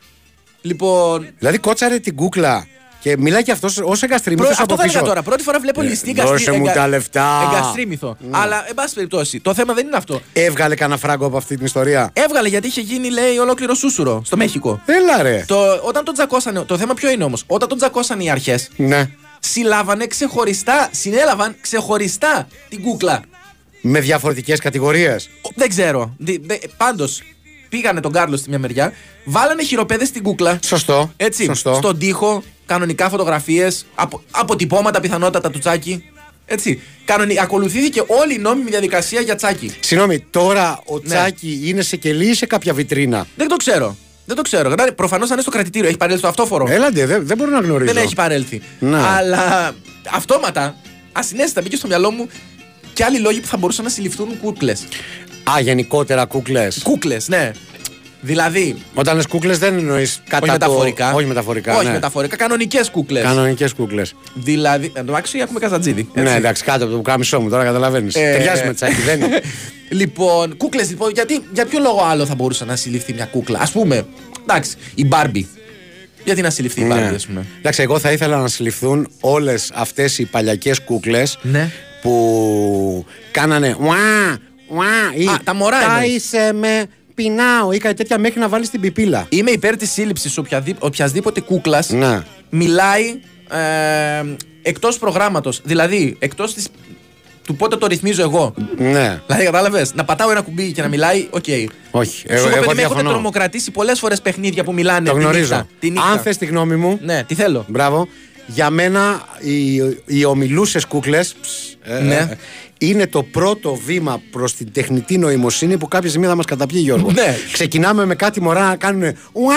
A: Λοιπόν.
B: Δηλαδή κότσαρε την κούκλα και μιλάει και αυτός ως εγκαστριμμένο.
A: Προ, αυτό θα έλεγα τώρα. Πρώτη φορά βλέπω ληστή εγκαστρί-
B: Ε, Δώσε μου
A: εγκα-
B: τα λεφτά. Ναι.
A: Εγκαστρίμηθο. Αλλά, εν πάση περιπτώσει, το θέμα δεν είναι αυτό.
B: Έβγαλε κανένα φράγκο από αυτή την ιστορία.
A: Έβγαλε γιατί είχε γίνει, λέει, ολόκληρο σούσουρο στο Μέχικο.
B: Έλα ρε.
A: Το, όταν τον τζακώσανε, το θέμα ποιο είναι όμως, όταν τον τζακώσανε οι αρχές,
B: Ναι.
A: συλλάβανε ξεχωριστά, συνέλαβαν ξεχωριστά την κούκλα.
B: Με διαφορετικές κατηγορίες.
A: Ο- Δεν ξέρω. Πάντως, πήγανε τον Κάρλος στη μια μεριά, βάλανε χειροπέδες στην κούκλα.
B: Σωστό.
A: Έτσι,
B: Σωστό.
A: στον τοίχο, κανονικά φωτογραφίες, απο, αποτυπώματα πιθανότατα του τσάκι. Έτσι. Κανονι, ακολουθήθηκε όλη η νόμιμη διαδικασία για τσάκι.
B: Συγγνώμη, τώρα ο
A: Ναι.
B: Τσάκη είναι σε κελί ή σε κάποια βιτρίνα.
A: Δεν το ξέρω. Δεν το ξέρω. Προφανώ αν είναι στο κρατητήριο, έχει παρέλθει στο αυτόφορο.
B: Έλαντε, δεν, δεν μπορώ να γνωρίζω.
A: Δεν έχει παρέλθει.
B: Ναι.
A: Αλλά αυτόματα, ασυνέστητα μπήκε στο μυαλό μου και άλλοι λόγοι που θα μπορούσαν να συλληφθούν κούκλες.
B: Α, γενικότερα κούκλες.
A: Κούκλες, ναι. Δηλαδή.
B: Όταν λες κούκλες δεν εννοείς κατά
A: όχι μεταφορικά.
B: Το... Όχι μεταφορικά.
A: Όχι
B: ναι.
A: μεταφορικά, κανονικές κούκλες.
B: Κανονικές κούκλες.
A: Δηλαδή. Εντάξει, έχουμε καζατζίδι.
B: Ναι, εντάξει, κάτω από το πουκάμισό μου, τώρα καταλαβαίνεις.
A: Ε.
B: Ταιριάζει με τσάκι, δεν είναι.
A: Λοιπόν, κούκλες λοιπόν, γιατί, για ποιο λόγο άλλο θα μπορούσε να συλληφθεί μια κούκλα. Ας πούμε, εντάξει, η Μπάρμπι. Γιατί να συλληφθεί η
B: Ναι.
A: Μπάρμπι, ας πούμε.
B: Εντάξει, εγώ θα ήθελα να συλληφθούν όλες αυτές οι παλιακές κούκλες
A: Ναι.
B: που κάνανε. Ουά, ουά, ή,
A: Α, τα μωρά εννοείς.
B: «Τάισε με, πεινάω ή κάτι τέτοια μέχρι να βάλεις την πιπίλα.
A: Είμαι υπέρ της σύλληψης οποιασδήποτε κούκλας
B: Ναι.
A: μιλάει ε, εκτός προγράμματος. Δηλαδή, εκτός του πότε το ρυθμίζω εγώ.
B: Ναι.
A: Δηλαδή, κατάλαβες. Να πατάω ένα κουμπί και να μιλάει, οκ.
B: Όχι.
A: Σου
B: Εγώ, εγώ
A: έχω παιδί, με έχουν
B: διαφωνώ.
A: τρομοκρατήσει πολλές φορές παιχνίδια που μιλάνε.
B: Το
A: τη
B: γνωρίζω.
A: νύχτα, τη νύχτα.
B: Αν θες τη γνώμη μου.
A: Ναι, τι θέλω.
B: Μπράβο. Για μένα οι, οι ομιλούσες κούκλες
A: Ναι.
B: ε, είναι το πρώτο βήμα προς την τεχνητή νοημοσύνη που κάποια στιγμή θα μας καταπιεί, Γιώργο.
A: Ναι.
B: Ξεκινάμε με κάτι μωρά να κάνουν ουά,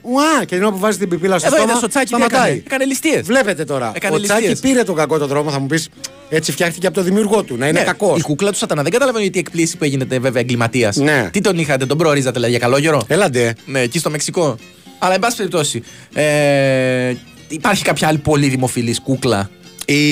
B: ουά και ενώ που βάζει την πιπίλα στο
A: Εδώ
B: στόμα.
A: είδες ο Τσάκη τι
B: σταματάει.
A: έκανε. Έκανε ληστείες.
B: Βλέπετε τώρα.
A: Έκανε
B: ο Τσάκη
A: ληστείες.
B: πήρε τον κακό τον τρόπο, θα μου πεις έτσι φτιάχτηκε από το δημιουργό του, να είναι
A: ναι,
B: κακός.
A: Η κούκλα του Σατανά. Δεν καταλαβαίνω τι εκπλήσει που έγινατε βέβαια εγκληματίας.
B: Ναι. Ε-
A: Τι τον είχατε, τον προορίζατε λέει, για καλό καιρό.
B: Έλαντε.
A: Ναι, εκεί στο Μεξικό. Αλλά εν πάση περιπτώσει. Ε, υπάρχει κάποια άλλη πολύ δημοφιλής κούκλα.
B: Η,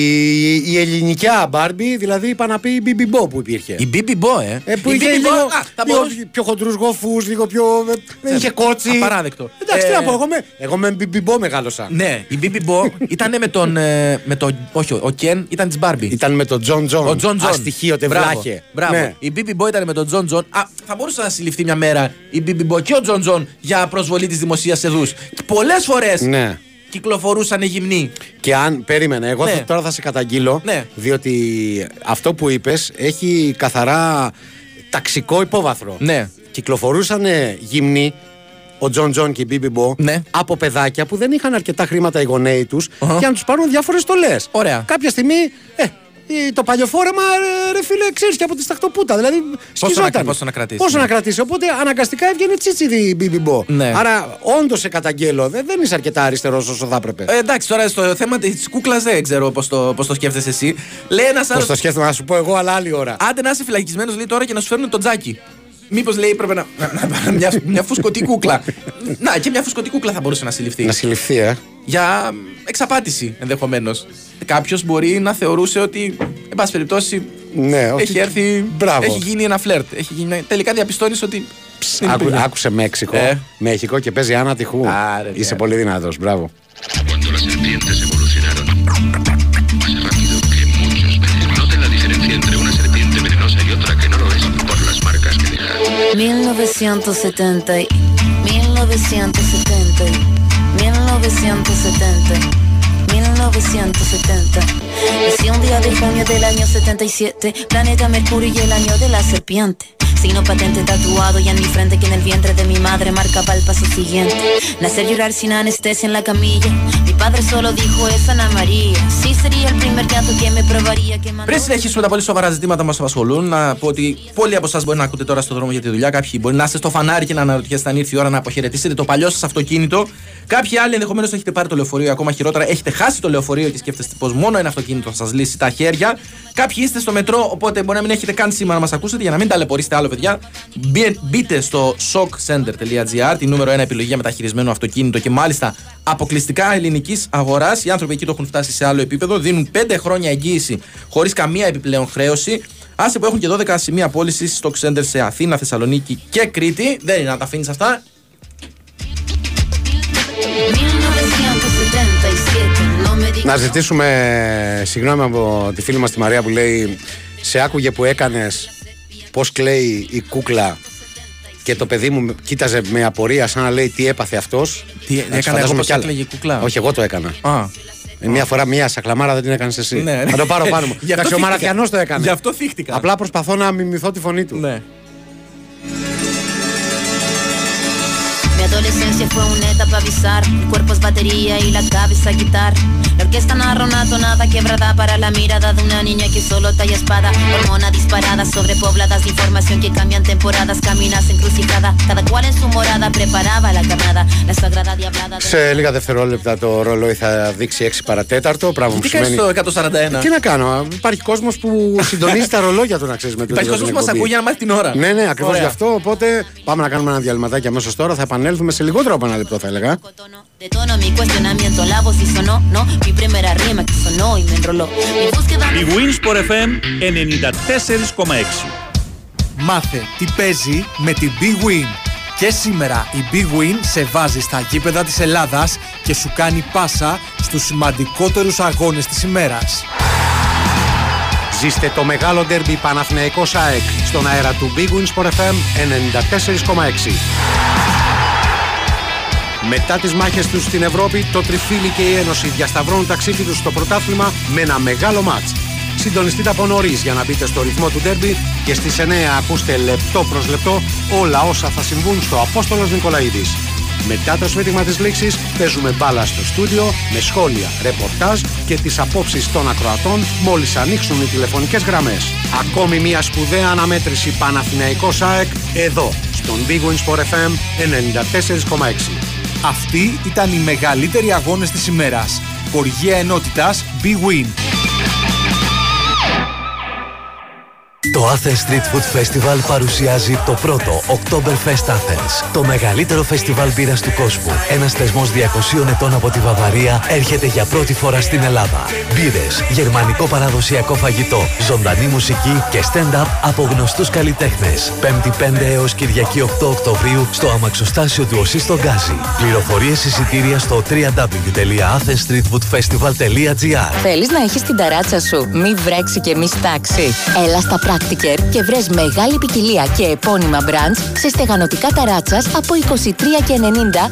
B: η ελληνικιά Μπάρμπι, δηλαδή είπα να πει μπιμπιμπό που υπήρχε.
A: Η BB Bo, ε.
B: Ε, που
A: Η
B: είχε
A: BB
B: λίγο,
A: Bo, α, θα
B: λίγο
A: μπορούσε-
B: πιο χοντρούς γοφούς, λίγο πιο. ε, Δεν είχε κότσι.
A: Απαράδεκτο.
B: Εντάξει, τι να
A: Ε,
B: πω, εγώ με, εγώ με μπιμπιμπό μεγάλωσα.
A: Ναι, η BB Bo ήταν με τον. ε, με τον όχι, ο Κεν ήταν της Μπάρμπι.
B: Ήταν με τον Τζον Τζον.
A: Ο Τζον Τζον.
B: Αστοιχείο, τε
A: Μπράβο,
B: βλάχε.
A: Μπράβο.
B: Ναι.
A: Η BB Boy ήταν με τον Τζον Τζον. Α, θα μπορούσε να συλληφθεί μια μέρα η BB Boy και ο Τζον Τζον για προσβολή της δημοσίας εδού. Πολλές φορές
B: ναι.
A: κυκλοφορούσαν γυμνοί.
B: Και αν. Περίμενε, εγώ
A: Ναι.
B: θα- τώρα θα σε καταγγείλω.
A: Ναι.
B: Διότι αυτό που είπες έχει καθαρά ταξικό υπόβαθρο.
A: Ναι.
B: Κυκλοφορούσαν γυμνοί ο Τζον Τζον και η Μπίμπι Μπο
A: Ναι.
B: από παιδάκια που δεν είχαν αρκετά χρήματα οι γονέοι τους για να τους πάρουν διάφορες στολές.
A: Ωραία.
B: Κάποια στιγμή. Ε, ε, το παλιοφόρεμα, ε, ρε φίλε, ξέρεις και από τη σταχτοπούτα. Δηλαδή, σκιζόταν.
A: πόσο να κρατήσει,
B: Πόσο
A: ναι.
B: να κρατήσει. Οπότε αναγκαστικά έβγαινε τσίτσιδη η Μπίμπι Μπο.
A: Ναι.
B: Άρα, όντως σε καταγγέλλω. Δεν, δεν είσαι αρκετά αριστερός όσο θα έπρεπε.
A: Ε, εντάξει, τώρα στο θέμα της κούκλας δεν ξέρω πώς το, πώς το σκέφτεσαι εσύ. Λέει ένας
B: Πώς
A: άλλος.
B: το σκέφτομαι να σου πω εγώ, αλλά άλλη ώρα.
A: Άντε να είσαι φυλακισμένος, λέει τώρα και να σου φέρνουν τον τζάκι. Μήπως λέει πρέπει να. να- να- μια, μια φουσκωτή κούκλα. να, και μια φουσκωτή κούκλα θα μπορούσε να συλληφθεί.
B: Να συλληφθεί, ε.
A: για εξαπάτηση ενδεχομένως. Κάποιος μπορεί να θεωρούσε ότι, εν πάση περιπτώσει,
B: Ναι, όχι.
A: έχει έρθει.
B: Μπράβο.
A: Έχει γίνει ένα φλερτ. Έχει γίνει... Τελικά διαπιστώνεις ότι. ψ, δεν
B: Άκου,
A: υπήρχε.
B: άκουσε Μέξικο.
A: Ε.
B: Μέχικο και παίζει Άννα Τυχού.
A: Άρε,
B: Είσαι
A: ναι.
B: πολύ δυνατός. Μπράβο.
O: Cuando las serpientes evolucionaron más rápido que muchos peces. Noten la diferencia entre una serpiente venenosa y otra que no lo es por las marcas que deja.
P: 1970 y- 1970 y- 1970 y- 1970 Nací un día de junio del año 77 Planeta Mercurio y el año de la serpiente Signo patente tatuado y en mi frente que en el vientre de mi madre marcaba el paso siguiente Nacer llorar sin anestesia en la camilla Mi padre solo dijo es Ana María Sí sería el primer gato que me probaría que mandó
A: Πριν συνεχίσουμε τα πολύ σοβαρά ζητήματα που μας απασχολούν, να πω ότι πολλοί από εσάς μπορεί να ακούτε τώρα στον δρόμο για τη δουλειά. Κάποιοι μπορεί να είστε στο φανάρι και να αναρωτιέστε αν ήρθε η ώρα να αποχαιρετήσετε το παλιό σας αυτοκίνητο. Κάποιοι άλλοι ενδεχομένως έχετε πάρει το λεωφορείο, ακόμα χειρότερα έχετε χάσει το λεωφορείο και σκέφτεστε πως μόνο ένα αυτοκίνητο θα σας λύσει τα χέρια. Κάποιοι είστε στο μετρό, οπότε μπορεί να μην έχετε καν σήμα να μας ακούσετε για να μην ταλαιπωρήσετε άλλο, παιδιά. Μπε- Μπείτε στο shockcenter.gr, τη νούμερο 1 επιλογή για μεταχειρισμένο αυτοκίνητο και μάλιστα αποκλειστικά ελληνικής αγοράς. Οι άνθρωποι εκεί το έχουν φτάσει σε άλλο επίπεδο. Δίνουν 5 χρόνια εγγύηση χωρίς καμία επιπλέον χρέωση. Άσε που έχουν και 12 σημεία πώλησης στο Center σε Αθήνα, Θεσσαλονίκη και Κρήτη. Δεν είναι να τα αφήνεις αυτά.
P: 1977 No me digas
B: Να ζητήσουμε συγγνώμη από τη φίλη μας τη Μαρία που λέει Σε άκουγε που έκανες πώς κλαίει η κούκλα και το παιδί μου με- κοίταζε με απορία σαν να λέει τι έπαθε αυτός.
A: Τι έκανα εγώ πως έκλαιγε η κούκλα.
B: Όχι, εγώ το έκανα.
A: Α,
B: Ε, Μια φορά μία σακλαμάρα δεν την έκανες εσύ.
A: Ναι, ναι.
B: Θα το πάρω πάνω μου.
A: Γι'
B: Εντάξει,
A: αυτό
B: ο
A: θύχτηκα.
B: Μαραθιανό το έκανε.
A: Γι' αυτό θύχτηκα.
B: Απλά προσπαθώ να μιμηθώ τη φωνή του.
A: Ναι.
P: Mi adolescencia fue una etapa avisar, el cuerpo es batería y la cabeza guitar. La orquesta narra una tonada quebrada para la mirada de una niña que solo talla espada. Hormona disparada, sobrepobladas de información que cambian temporadas, caminas encrucijada. Cada cual en su morada preparaba la carnada, la sagrada diablada. de-
B: Σε λίγα δευτερόλεπτα το ρολόι θα δείξει 6 παρατέταρτο. Πράγμα που
A: τι κάνει
B: σημαίνει.
A: το 141.
B: Τι να κάνω, υπάρχει κόσμο που συντονίζει τα ρολόγια του να ξέρει με το
A: Υπάρχει κόσμο που μα ακούει για να μάθει την ώρα.
B: Ναι, ναι, ακριβώ
A: Ωραία.
B: γι' αυτό. Οπότε πάμε να κάνουμε ένα διαλυματάκι αμέσω τώρα. Θα επανέλθουμε σε λιγότερο από ένα λεπτό, θα έλεγα.
P: De tono mi cuestionamiento, la voz y sonó, no, mi primera rima que sonó y me enroló. Mi búsqueda
E: Η Winsport FM 94,6.
Q: Μάθε τι παίζει με την Big Win. Και σήμερα η Big Win σε βάζει στα γήπεδα της Ελλάδας και σου κάνει πάσα στους σημαντικότερους αγώνες της ημέρας.
B: Ζήστε το μεγάλο ντέρμπι Παναθηναϊκός ΑΕΚ στον αέρα του Big Wins for FM 94,6. Μετά τις μάχες τους στην Ευρώπη, το Τριφύλι και η Ένωση διασταυρώνουν τα ξύφη τους στο πρωτάθλημα με ένα μεγάλο μάτς. Συντονιστείτε από νωρίς για να μπείτε στο ρυθμό του ντέρμπι και στις 9 ακούστε λεπτό προς λεπτό όλα όσα θα συμβούν στο Απόστολος Νικολαίδης. Μετά το σφίτιγμα της λήξης παίζουμε μπάλα στο στούντιο με σχόλια, ρεπορτάζ και τις απόψεις των ακροατών μόλις ανοίξουν οι τηλεφωνικές γραμμές. Ακόμη μια σπουδαία αναμέτρηση Παναθηναϊκός ΑΕΚ εδώ στον Big Wins for FM 94,6.
Q: Αυτοί ήταν οι μεγαλύτεροι αγώνες της ημέρας. Χοργία ενότητας Big Win.
R: Το Athens Street Food Festival παρουσιάζει το πρώτο Oktoberfest Athens. Το μεγαλύτερο φεστιβάλ μπύρας του κόσμου. Ένας θεσμός 200 ετών από τη Βαβαρία έρχεται για πρώτη φορά στην Ελλάδα. Μπύρες, γερμανικό παραδοσιακό φαγητό, ζωντανή μουσική και stand-up από γνωστούς καλλιτέχνες. 5η 5 έως Κυριακή 8 Οκτωβρίου στο αμαξοστάσιο του ΟΣΥ στο Γκάζι. Πληροφορίες εισιτήρια στο www.athensstreetfoodfestival.gr
S: Θέλεις να έχεις την ταράτσα σου, μη βρέξει και μη στάξει. Έλα στα Πράκτικερ και βρες μεγάλη ποικιλία και επώνυμα brands σε στεγανοτικά ταράτσας από 23 και 90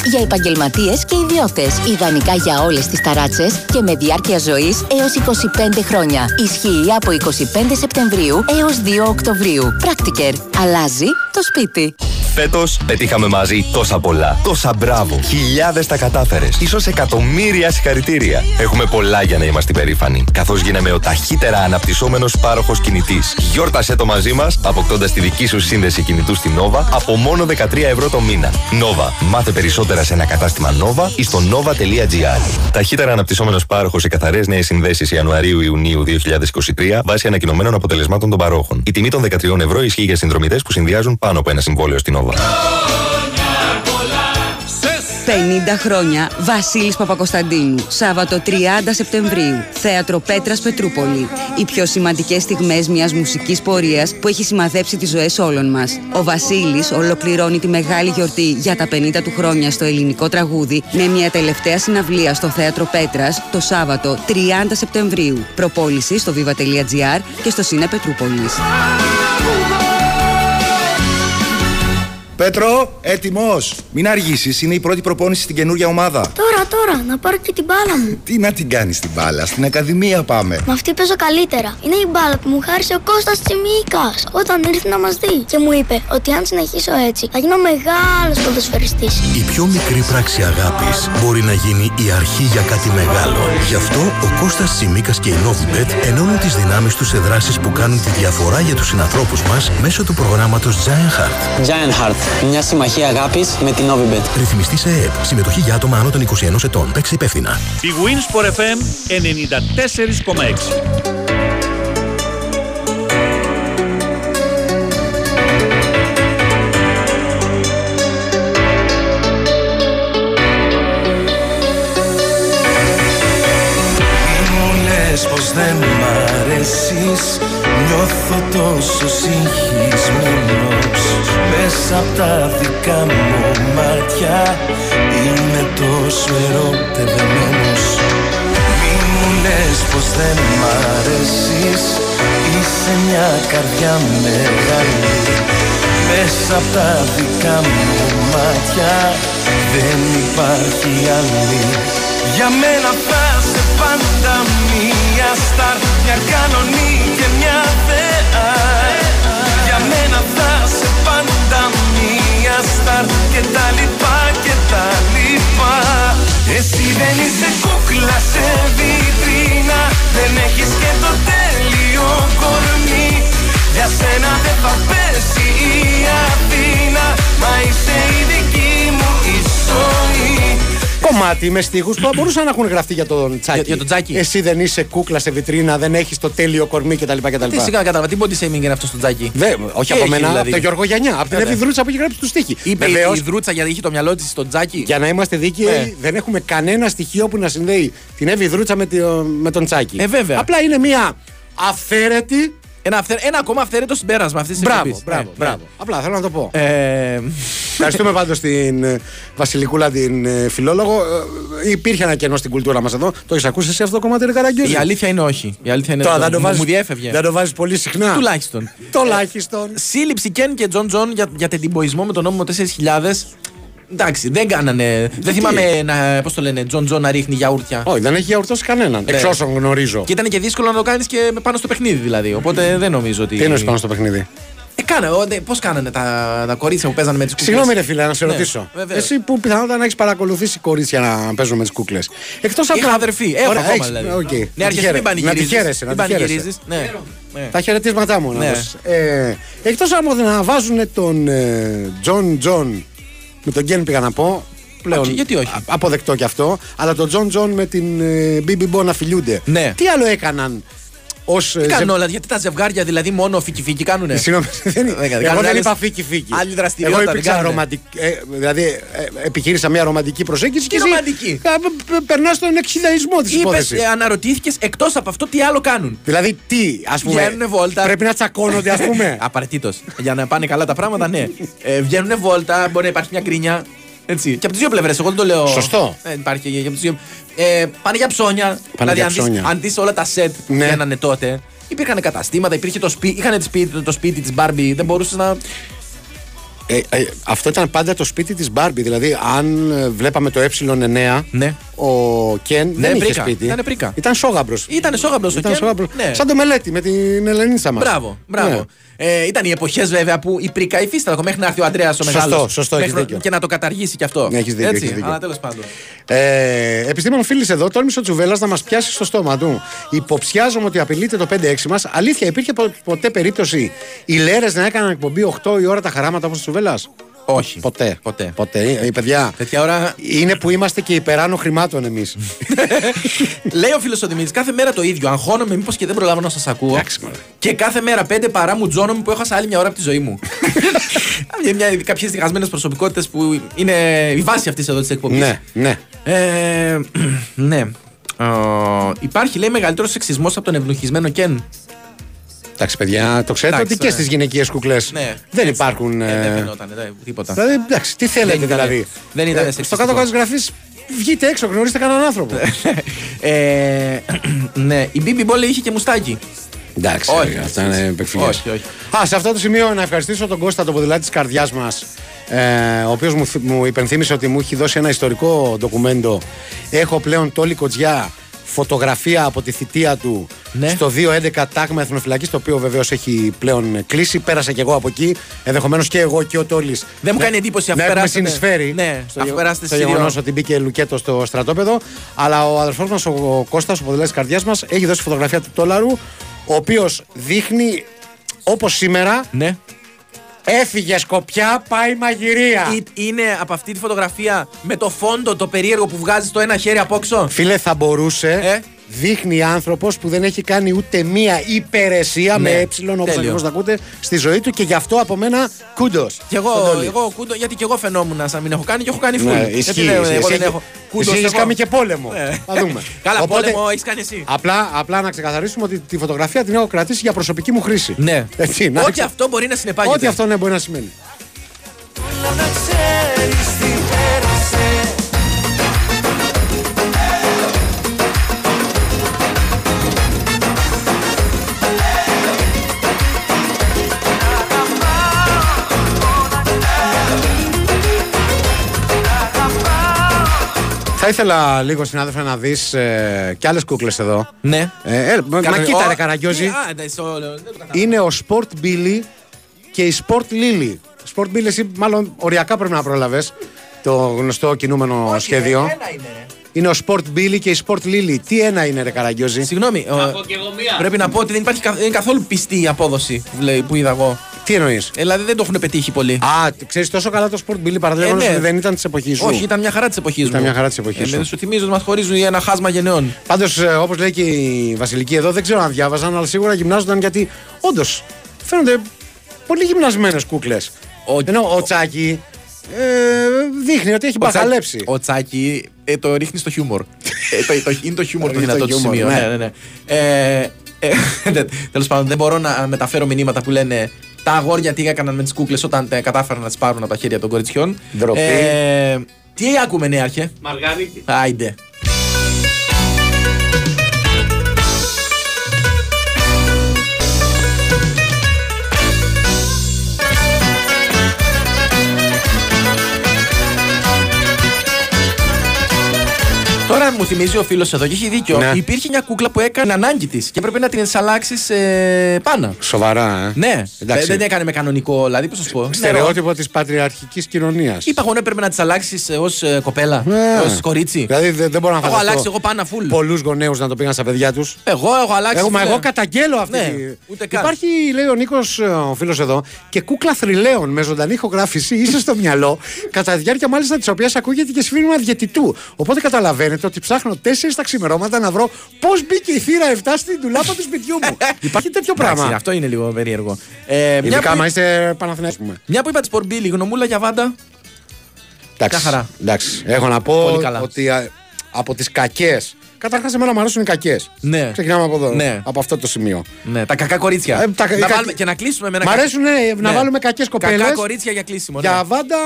S: για επαγγελματίες και ιδιώτες. Ιδανικά για όλες τις ταράτσες και με διάρκεια ζωής έως 25 χρόνια. Ισχύει από 25 Σεπτεμβρίου έως 2 Οκτωβρίου. Πράκτικερ. Αλλάζει το σπίτι.
T: Φέτος πετύχαμε μαζί τόσα πολλά. Τόσα μπράβο. Χιλιάδες τα κατάφερες. σω εκατομμύρια συγχαρητήρια. Έχουμε πολλά για να είμαστε περήφανοι. Καθώς γίναμε ο ταχύτερα αναπτυσσόμενος πάροχος κινητής. Γιόρτασε το μαζί μας, αποκτώντας τη δική σου σύνδεση κινητού στην Nova από μόνο 13 ευρώ το μήνα. Nova. Μάθε περισσότερα σε ένα κατάστημα Nova ή στο nova.gr. Ταχύτερα αναπτυσσόμενος πάροχος σε καθαρές νέες συνδέσεις Ιανουαρίου-Ιουνίου 2023 βάσει ανακοινωμένων αποτελεσμάτων των παρόχων. Η τιμή των 13 ευρώ ισχύει για συνδρομητές που συνδυάζουν πάνω από ένα συμβόλαιο στην Nova.
U: 50 χρόνια Βασίλης Παπακοσταντίνου. Σάββατο 30 Σεπτεμβρίου. Θέατρο Πέτρας Πετρούπολη. Οι πιο σημαντικές στιγμές μιας μουσικής πορείας που έχει σημαδέψει τις ζωές όλων μας. Ο Βασίλης ολοκληρώνει τη μεγάλη γιορτή για τα 50 του χρόνια στο ελληνικό τραγούδι με μια τελευταία συναυλία στο Θέατρο Πέτρας το Σάββατο 30 Σεπτεμβρίου. Προπόληση στο viva.gr και στο Σύνε Πετρούπολης.
V: Πέτρο, έτοιμος! Μην αργήσεις, είναι η πρώτη προπόνηση στην καινούργια ομάδα.
W: Τώρα, τώρα, να πάρω και την μπάλα μου.
V: Τι να την κάνεις την μπάλα, στην Ακαδημία πάμε.
W: Με αυτή παίζω καλύτερα. Είναι η μπάλα που μου χάρισε ο Κώστας Τσιμίκας όταν ήρθε να μας δει. Και μου είπε ότι αν συνεχίσω έτσι θα γίνω μεγάλος ποδοσφαιριστής.
R: Η πιο μικρή πράξη αγάπης μπορεί να γίνει η αρχή για κάτι μεγάλο. Γι' αυτό ο Κώστας Σιμίκας και η Novibet ενώνουν τις δυνάμεις τους σε δράσεις που κάνουν τη διαφορά για τους συνανθρώπους μας μέσω του προγράμματος Giant Heart.
X: Giant Heart, μια συμμαχία αγάπης με την Novibet.
R: Ρυθμιστή σε ΕΕΠ. Συμμετοχή για άτομα άνω των 21 ετών. Παίξε υπεύθυνα.
E: Η Wins for FM 94,6.
D: Μη μου λες πως δεν μ' αρέσεις Νιώθω τόσο συγχυσμένος Μέσα απ' τα δικά μου μάτια Είμαι τόσο ερωτευμένος Μη μου λες πως δεν μ' αρέσεις Είσαι μια καρδιά μεγάλη Μέσα απ' τα δικά μου μάτια Δεν υπάρχει άλλη Για μένα θα σε πάντα μία στάρ Μια κανονή και μια θεά Για μένα θα σε πάντα μία στάρ Και τα λοιπά και τα λοιπά Εσύ δεν είσαι κούκλα σε βιτρίνα Δεν έχεις και το τέλειο κορμί Για σένα δεν θα πέσει η Αθήνα Μα είσαι η δική μου η ζωή
B: Κομμάτι με στίχους που θα μπορούσαν να έχουν γραφτεί για τον Τσάκη.
A: Για- για τον Τσάκη.
B: Εσύ δεν είσαι κούκλα σε βιτρίνα, δεν έχεις το τέλειο κορμί κτλ. κτλ.
A: Τι σιγά κατάλαβα, τι body shaming είναι αυτό στο τζάκι.
B: Δε, όχι από μένα, από τον Γιώργο Γιαννιά. Από την
A: Βέβαια.
B: Εύη Δρούτσα που έχει γράψει τους στίχη.
A: δηλαδή. Είπε
B: Βεβαίως,
A: η Δρούτσα γιατί είχε το μυαλό της στο τζάκι.
B: για να είμαστε δίκαιοι,
A: Ναι.
B: δεν έχουμε κανένα στοιχείο που να συνδέει την Εύη Δρούτσα με, τη- με τον Τσάκη.
A: Ε, βέβαια.
B: Απλά είναι μια αυθαίρετη
A: Ένα, αυθε- ένα ακόμα αυθαίρετο συμπέρασμα αυτής της
B: Μπράβο, μπράβο,
A: Ε, Ναι,
B: μπράβο. Απλά θέλω να το πω. Ευχαριστούμε πάντως την ε, Βασιλικούλα, την ε, φιλόλογο. Ε, Υπήρχε ένα κενό στην κουλτούρα μας εδώ. Το έχεις ακούσει εσύ αυτό το κομμάτι, ρε Καραγκιόζη.
A: Η αλήθεια είναι όχι. Η αλήθεια είναι
B: Τώρα
A: ότι
B: δεν το
A: Ε, μου-
B: βάζεις-
A: μου διέφευγε.
B: δεν το βάζεις πολύ συχνά.
A: Τουλάχιστον.
B: Τουλάχιστον.
A: Σύλληψη Κεν και Τζον Τζον για, για τεντυμποϊσμό με τον νόμο 4000. Εντάξει, δεν κάνανε.
B: Ε,
A: Δεν θυμάμαι να. Πώς το λένε, Τζον Τζον να ρίχνει γιαούρτια.
B: Όχι, δεν έχει γιαουρτώσει κανέναν. Εξ όσων γνωρίζω.
A: Ε, Και ήταν και δύσκολο να το κάνεις και με πάνω στο παιχνίδι δηλαδή. Οπότε δεν νομίζω ότι.
B: Τι εννοείς πάνω στο παιχνίδι.
A: Ε, κάνα, πώς κάνανε τα, τα κορίτσια που παίζανε με τις κουκλέ.
B: Συγγνώμη, ρε φίλε, να
A: ναι,
B: σε ρωτήσω. Εσύ που πιθανότατα να έχεις παρακολουθήσει κορίτσια να παίζουν με τις κούκλε. Εκτός από.
A: Είχα αδερφή, έχω
B: Ωραία,
A: ακόμα
B: έχεις-
A: δηλαδή.
B: οκ.
A: Ναι,
B: Να τη
A: αρχές μην
B: χαίρε- να τη
A: πανηγυρίζεις.
B: χαίρεσαι. Να
A: Μην
B: τη χαίρεσαι.
A: πανηγυρίζεις, ναι. Ναι.
B: Τα χαιρετίσματά μου να
A: Ναι.
B: δώσεις. ε, Εκτός από να βάζουν τον ε, Τζον Τζον με τον Γκέν πήγα να πω πλέον
A: Οκ, γιατί όχι.
B: α- αποδεκτό κι αυτό αλλά τον Τζον Τζον με την ε, Μπίμπι Μπο να φιλιούνται τι άλλο έκαναν ως ε,
A: Ναι. Τι κάνουν
B: ζε-
A: όλα, γιατί τα ζευγάρια δηλαδή μόνο φίκι-φίκι κάνουνε.
B: Συγγνώμη, δεν- εγώ
A: κάνουν
B: δεν
A: άλλες-
B: είπα φίκι-φίκι.
A: Άλλη
B: Εγώ
A: δραστηριότητα. δεν
B: υπήρξα
A: κάνουνε.
B: ρομαντικ... ε, δηλαδή ε, επιχείρησα μια ρομαντική προσέγγιση
A: Τι
B: και εσύ ε,
A: ρομαντική.
B: περνά στον εξηδαϊσμό τη υπόθεση.
A: Είπε, αναρωτήθηκες εκτός ε, από αυτό τι άλλο κάνουν.
B: Δηλαδή τι, ας πούμε.
A: Βγαίνουν βόλτα.
B: Πρέπει να τσακώνονται, ας πούμε.
A: Απαραίτητος. Για να πάνε καλά τα πράγματα, ναι. Ε, βγαίνουν βόλτα, μπορεί να υπάρχει μια κρίνια. Έτσι. Και από τις δύο πλευρές, εγώ δεν το λέω.
B: Σωστό.
A: Δεν υπάρχει και από τις δύο. Ε, πάνε για ψώνια. δηλαδή,
B: για
A: αν δεις-
B: ψώνια.
A: αν δεις όλα τα σετ που
B: Ναι.
A: γίνανε τότε, υπήρχαν καταστήματα, υπήρχε το σπίτι, είχαν το σπίτι, το σπίτι της Μπάρμπι, δεν μπορούσες να.
B: Ε, ε, αυτό ήταν πάντα το σπίτι της Μπάρμπι. Δηλαδή, αν ε, βλέπαμε το ε9,
A: ναι.
B: ο Κεν δεν είχε
A: πρίκα.
B: σπίτι.
A: Ήτανε πρίκα.
B: Ήταν σόγαμπρος.
A: Ήταν σόγαμπλο ο
B: Ήταν
A: Κεν.
B: σόγαμπρος.
A: Ναι.
B: Σαν το μελέτη με την Ελενίτσα μας.
A: Μπράβο, μπράβο.
B: Ναι.
A: Ε, ήταν οι εποχές βέβαια που η πρίκα υφίσταται μέχρι να έρθει ο Αντρέα ο
B: Σωστό,
A: Μεγάλος.
B: σωστό, έχεις δίκιο.
A: Και να το καταργήσει κι αυτό.
B: Ναι, έχεις δίκιο,
A: Έτσι,
B: έχεις δίκιο.
A: Αλλά τέλος πάντων.
B: Ε, επιστήμον φίλης εδώ, τόλμησε ο Τσουβέλλα να μας πιάσει στο στόμα του. Υποψιάζομαι ότι απειλείται το 5-6 μας. Αλήθεια, υπήρχε πο- ποτέ περίπτωση οι λέρες να έκαναν εκπομπή 8 η ώρα τα χαράματα όπως ο Τσουβέλλα.
A: Όχι.
B: Ποτέ.
A: Ποτέ.
B: Ποτέ. Ε, παιδιά.
A: Τέτοια ώρα.
B: Είναι που είμαστε και υπεράνω χρημάτων εμείς.
A: Λέει ο φίλος ο Δημήτρης, κάθε μέρα το ίδιο. Αγχώνομαι, μήπως και δεν προλάβω να σας ακούω. Και κάθε μέρα πέντε παρά μου τζώνομαι που έχασα άλλη μια ώρα από τη ζωή μου. Μια- μια- Κάποιες διχασμένες προσωπικότητες που είναι η βάση αυτής εδώ της εκπομπής.
B: ναι, ναι.
A: Ε, ναι. Ε, υπάρχει λέει μεγαλύτερος σεξισμός από τον ευνουχισμένο Κεν.
B: Εντάξει, παιδιά, το ξέρετε
A: Εντάξει,
B: ότι και
A: ναι.
B: στις γυναικείες κουκλές
A: Ναι.
B: δεν υπάρχουν.
A: Ε, δεν
B: ε,
A: φαινόταν, ε, τίποτα.
B: Δηλαδή, εντάξει, τι θέλετε
A: Δεν ήταν-
B: δηλαδή.
A: δεν ήταν
B: στο
A: σεξιστικό.
B: κάτω-κάτω της γραφής, βγείτε έξω, γνωρίστε κανέναν άνθρωπο.
A: Ε, ναι, η Μπίμπι Μπόλε είχε και μουστάκι.
B: εντάξει,
A: όχι,
B: παιδιά, αυτά είναι επεκφυγές.
A: Όχι, όχι.
B: Α, σε αυτό το σημείο να ευχαριστήσω τον Κώστα, τον ποδηλάτη της καρδιάς μας, ε, ο οποίος μου, θυ- μου υπενθύμησε ότι μου έχει δώσει ένα ιστορικό ντοκουμέντο. Έχω πλέον τόλη κοτζιά φωτογραφία από τη θητεία του
A: Ναι.
B: στο 211 τάγμα εθνοφυλακής, το οποίο βεβαίως έχει πλέον κλείσει. Πέρασα κι εγώ από εκεί. Ενδεχομένως και εγώ και ο Τόλης.
A: Δεν μου κάνει εντύπωση
B: να
A: αφού
B: έχουμε
A: περάσετε-
B: συνεισφέρει
A: Ναι,
B: στο,
A: αφού
B: γε-
A: περάσετε
B: στο
A: στη
B: γεγονό
A: Ρίρο.
B: ότι μπήκε Λουκέτο στο στρατόπεδο. Αλλά ο αδερφός μας, ο Κώστας, ο ποδηλάτης καρδιάς μας, έχει δώσει φωτογραφία του Τόλαρου, ο οποίος δείχνει όπως σήμερα.
A: Ναι.
B: Έφυγε σκοπιά, πάει μαγειρία.
A: Ε, Είναι από αυτή τη φωτογραφία με το φόντο το περίεργο που βγάζει το ένα χέρι απόξω.
B: Φίλε, θα μπορούσε. Δείχνει άνθρωπος που δεν έχει κάνει ούτε μία υπηρεσία
A: Ναι.
B: με ε, όπως
A: Τέλειο.
B: ακριβώς τα ακούτε, στη ζωή του και γι' αυτό από μένα κούντος.
A: Κι εγώ, εγώ κούντο, γιατί κι εγώ φαινόμουν σαν μην έχω κάνει και έχω κάνει φουλ.
B: Ναι,
A: Γιατί
B: ισχύει,
A: δεν-
B: ισχύει.
A: εγώ δεν
B: Εσύ-
A: έχω. Κούντος
B: εσύ έχεις
A: εγώ.
B: κάνει και πόλεμο.
A: Ναι.
B: Ε. Θα δούμε.
A: Καλά,
B: Οπότε-
A: πόλεμο έχεις κάνει εσύ.
B: Απλά, απλά να ξεκαθαρίσουμε ότι τη φωτογραφία την έχω κρατήσει για προσωπική μου χρήση.
A: Ναι.
B: Έτσι, να
A: Ό,τι
B: ξε-
A: αυτό μπορεί να συνεπάγεται.
B: Ό,τι αυτό ναι, μπορεί να σημαίνει.
D: Να ξέρεις τι πέρασε
B: Θα ήθελα λίγο, συνάδελφε, να δεις ε, κι άλλες κούκλες εδώ.
A: Ναι.
B: Ε, ε, μα, μα
A: Κατα-
B: κοίτα,
A: Ω,
B: ρε Καραγκιόζη.
A: τι- α, ναι, στο- δεν το κατάλαβα.
B: Είναι ο Sport Billy και η Sport Lily. Sport Billy, εσύ μάλλον οριακά πρέπει να πρόλαβες το γνωστό κινούμενο σχέδιο.
A: Ε,
B: είναι ο Sport Billy και η Sport Lily. Τι ένα είναι, ρε Καραγκιόζη.
A: Συγγνώμη, ο- πρέπει να πω ότι δεν υπάρχει καθ- δεν είναι καθόλου πιστή η απόδοση που λέει- που είδα εγώ.
B: Τι εννοείς.
A: δηλαδή δεν το έχουν πετύχει πολύ.
B: Α, ξέρεις τόσο καλά το Sport Billy παραδείγματο
A: Ε, ναι.
B: ότι δεν ήταν της εποχής σου.
A: Όχι, ήταν μια χαρά της εποχής μου.
B: Ήταν μια χαρά της εποχής σου.
A: Ε, σου θυμίζω ότι μας χωρίζουν για ένα χάσμα γενναιών.
B: Πάντως, όπω ε, λέει και η Βασιλική εδώ, δεν ξέρω αν διάβαζαν, αλλά σίγουρα γυμνάζονταν γιατί όντως φαίνονται πολύ γυμνασμένες κούκλες. Ενώ ο Τσάκη ε, δείχνει ότι έχει
A: Ο Τσάκη-
B: μπαχαλέψει.
A: Ο Τσάκη ε, το ρίχνει στο χιούμορ. Ε, το, το- είναι το χιούμορ το
B: Είναι το
A: δυνατό του
B: χιούμορ,
A: σημείο.
B: ναι.
A: Ναι, ναι, ναι. Ε, Τέλος πάντων, δεν μπορώ να μεταφέρω μηνύματα που λένε τα αγόρια τι έκαναν με τις κούκλες όταν ε, κατάφεραν να τις πάρουν από τα χέρια των κοριτσιών.
B: Ντροπή.
A: Ε, τι άκουμε, Νέαρχε.
C: Μαργαρίτη.
A: Άιντε. Τώρα μου θυμίζει ο φίλος εδώ και έχει δίκιο.
B: Ναι.
A: Υπήρχε μια κούκλα που έκανε ανάγκη της και έπρεπε να την ενσαλάξει ε, πάνω.
B: Σοβαρά, ε.
A: Ναι,
B: Εντάξει.
A: δεν, δεν την έκανε με κανονικό, δηλαδή πώς να σου πω.
B: Στερεότυπο της πατριαρχικής κοινωνίας.
A: Είπα εγώ ναι, πρέπει να τις αλλάξεις ως ε, κοπέλα,
B: Ναι.
A: ως κορίτσι.
B: Δηλαδή δεν, δεν μπορώ να
A: Έχω
B: φανταστώ.
A: αλλάξει εγώ πάνω φουλ.
B: Πολλούς γονέους να το πήγαν στα παιδιά τους.
A: Εγώ έχω αλλάξει.
B: Εγώ, μα
A: φίλε.
B: εγώ καταγγέλλω αυτή.
A: Ναι,
B: τη-
A: ούτε καν.
B: Υπάρχει, λέει ο Νίκος, ο φίλος εδώ, και κούκλα θρυλαίων με ζωντανή ηχογράφηση, ίσω στο μυαλό, κατά τη διάρκεια μάλιστα της οποίας ακούγεται και σφύριγμα διαιτητού. Οπότε καταλαβαίνετε ότι ψάχνω 4 τα ξημερώματα να βρω πώς μπήκε η θύρα 7 στην τουλάπα του σπιτιού μου. Υπάρχει τέτοιο
A: Εντάξει,
B: πράγμα.
A: αυτό είναι λίγο περίεργο. Ε, μια,
B: Ειδικά,
A: που,
B: άμα είστε Παναθηναϊκοί, ας πούμε.
A: μια που είπα τη Πορμπίλη, γνωμούλα για βάντα.
B: Εντάξει.
A: Μια χαρά.
B: Εντάξει. Έχω να πω
A: Πολύ καλά.
B: ότι α, από τις κακές. Καταρχάς, εμένα μου αρέσουν οι κακές.
A: Ναι.
B: Ξεκινάμε από εδώ.
A: Ναι.
B: Από αυτό το σημείο.
A: Ναι, τα κακά κορίτσια.
B: Ε, τα-
A: να
B: οι κακ-
A: βάλουμε, και να κλείσουμε με ένα
B: Μ'
A: κακ-
B: αρέσουν ε, να
A: Ναι.
B: βάλουμε κακές κοπέλε.
A: Κακά κορίτσια για κλείσιμο. ναι.
B: Για βάντα,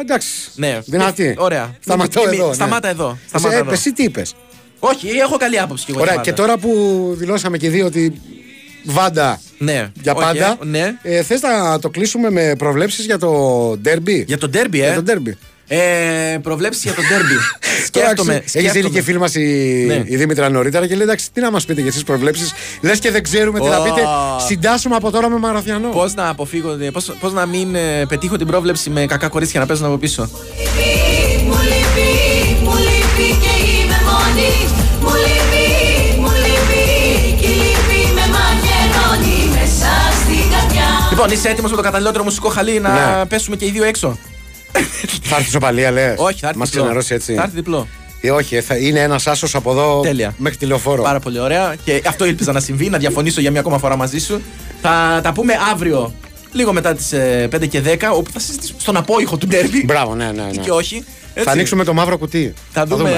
B: εντάξει.
A: Ναι.
B: Δυνατή.
A: Ωραία.
B: Σταματώ
A: Μη- μη-
B: εδώ. ναι.
A: Σταμάτα εδώ.
B: Εσύ-
A: Σταμάτα
B: ε,
A: εδώ.
B: Εσύ τι είπες.
A: Όχι, έχω καλή άποψη κι εγώ.
B: Ωραία,
A: για
B: και
A: βάντα.
B: τώρα που δηλώσαμε και οι δύο ότι βάντα
A: Ναι.
B: για
A: όχι,
B: πάντα.
A: ε, Ναι.
B: Ε, Θες να το κλείσουμε με προβλέψεις για το ντέρμπι.
A: Για το ντέρμπι,
B: Για
A: ε.
B: το ντέρμπι.
A: Ε, προβλέψεις για τον τέρμπι. σκέφτομαι.
B: Έχει στείλει και η φίλη μας η,
A: Ναι.
B: η Δήμητρα νωρίτερα και λέει: Εντάξει, τι να μας πείτε για εσείς προβλέψεις. Λες και δεν ξέρουμε τι να
A: Ω.
B: πείτε. Συντάσσουμε από τώρα με μαραθιανό.
A: Πώς να αποφύγω, πώς, πώς να μην ε, πετύχω την πρόβλεψη με κακά κορίτσια να παίζουν από πίσω.
F: Μου λείπει, μου λείπει και είμαι μόνη Μου λείπει, μου λείπει και η λύπη με μαγερώνει Μέσα στην καρδιά
A: Λοιπόν, είσαι έτοιμος με το καταλληλότερο μουσικό χαλί
B: Ναι.
A: να πέσουμε και οι δύο έξω.
B: Θα έρθει σοπαλία, λες.
A: Όχι, θα έρθει
B: Μας
A: διπλό.
B: ξενερώσει έτσι.
A: Θα έρθει διπλό.
B: Ε, όχι, ε, θα είναι ένας άσος από εδώ
A: Τέλεια.
B: μέχρι τη λεωφόρο.
A: Πάρα πολύ ωραία. Και αυτό ήλπιζα να συμβεί, να διαφωνήσω για μια ακόμα φορά μαζί σου. Θα τα πούμε αύριο, λίγο μετά τις 5 και 10, όπου θα συζητήσουμε στον απόϊχο του ντέρμπι.
B: Μπράβο, ναι, ναι.
A: Ή
B: ναι.
A: και όχι. Έτσι.
B: Θα ανοίξουμε το μαύρο κουτί.
A: Θα δούμε.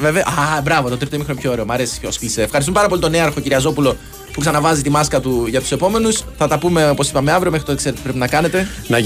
A: Βέβαια. Α, μπράβο, το τρίτο ημίχρονο πιο ωραίο. Μ' αρέσει πιο σπίσε. Ευχαριστούμε πάρα πολύ τον νέαρχο Κυριαζόπουλο που ξαναβάζει τη μάσκα του για τους επόμενους. Θα τα πούμε, όπως είπαμε, αύριο μέχρι το ξέρετε τι πρέπει να κάνετε.
B: Να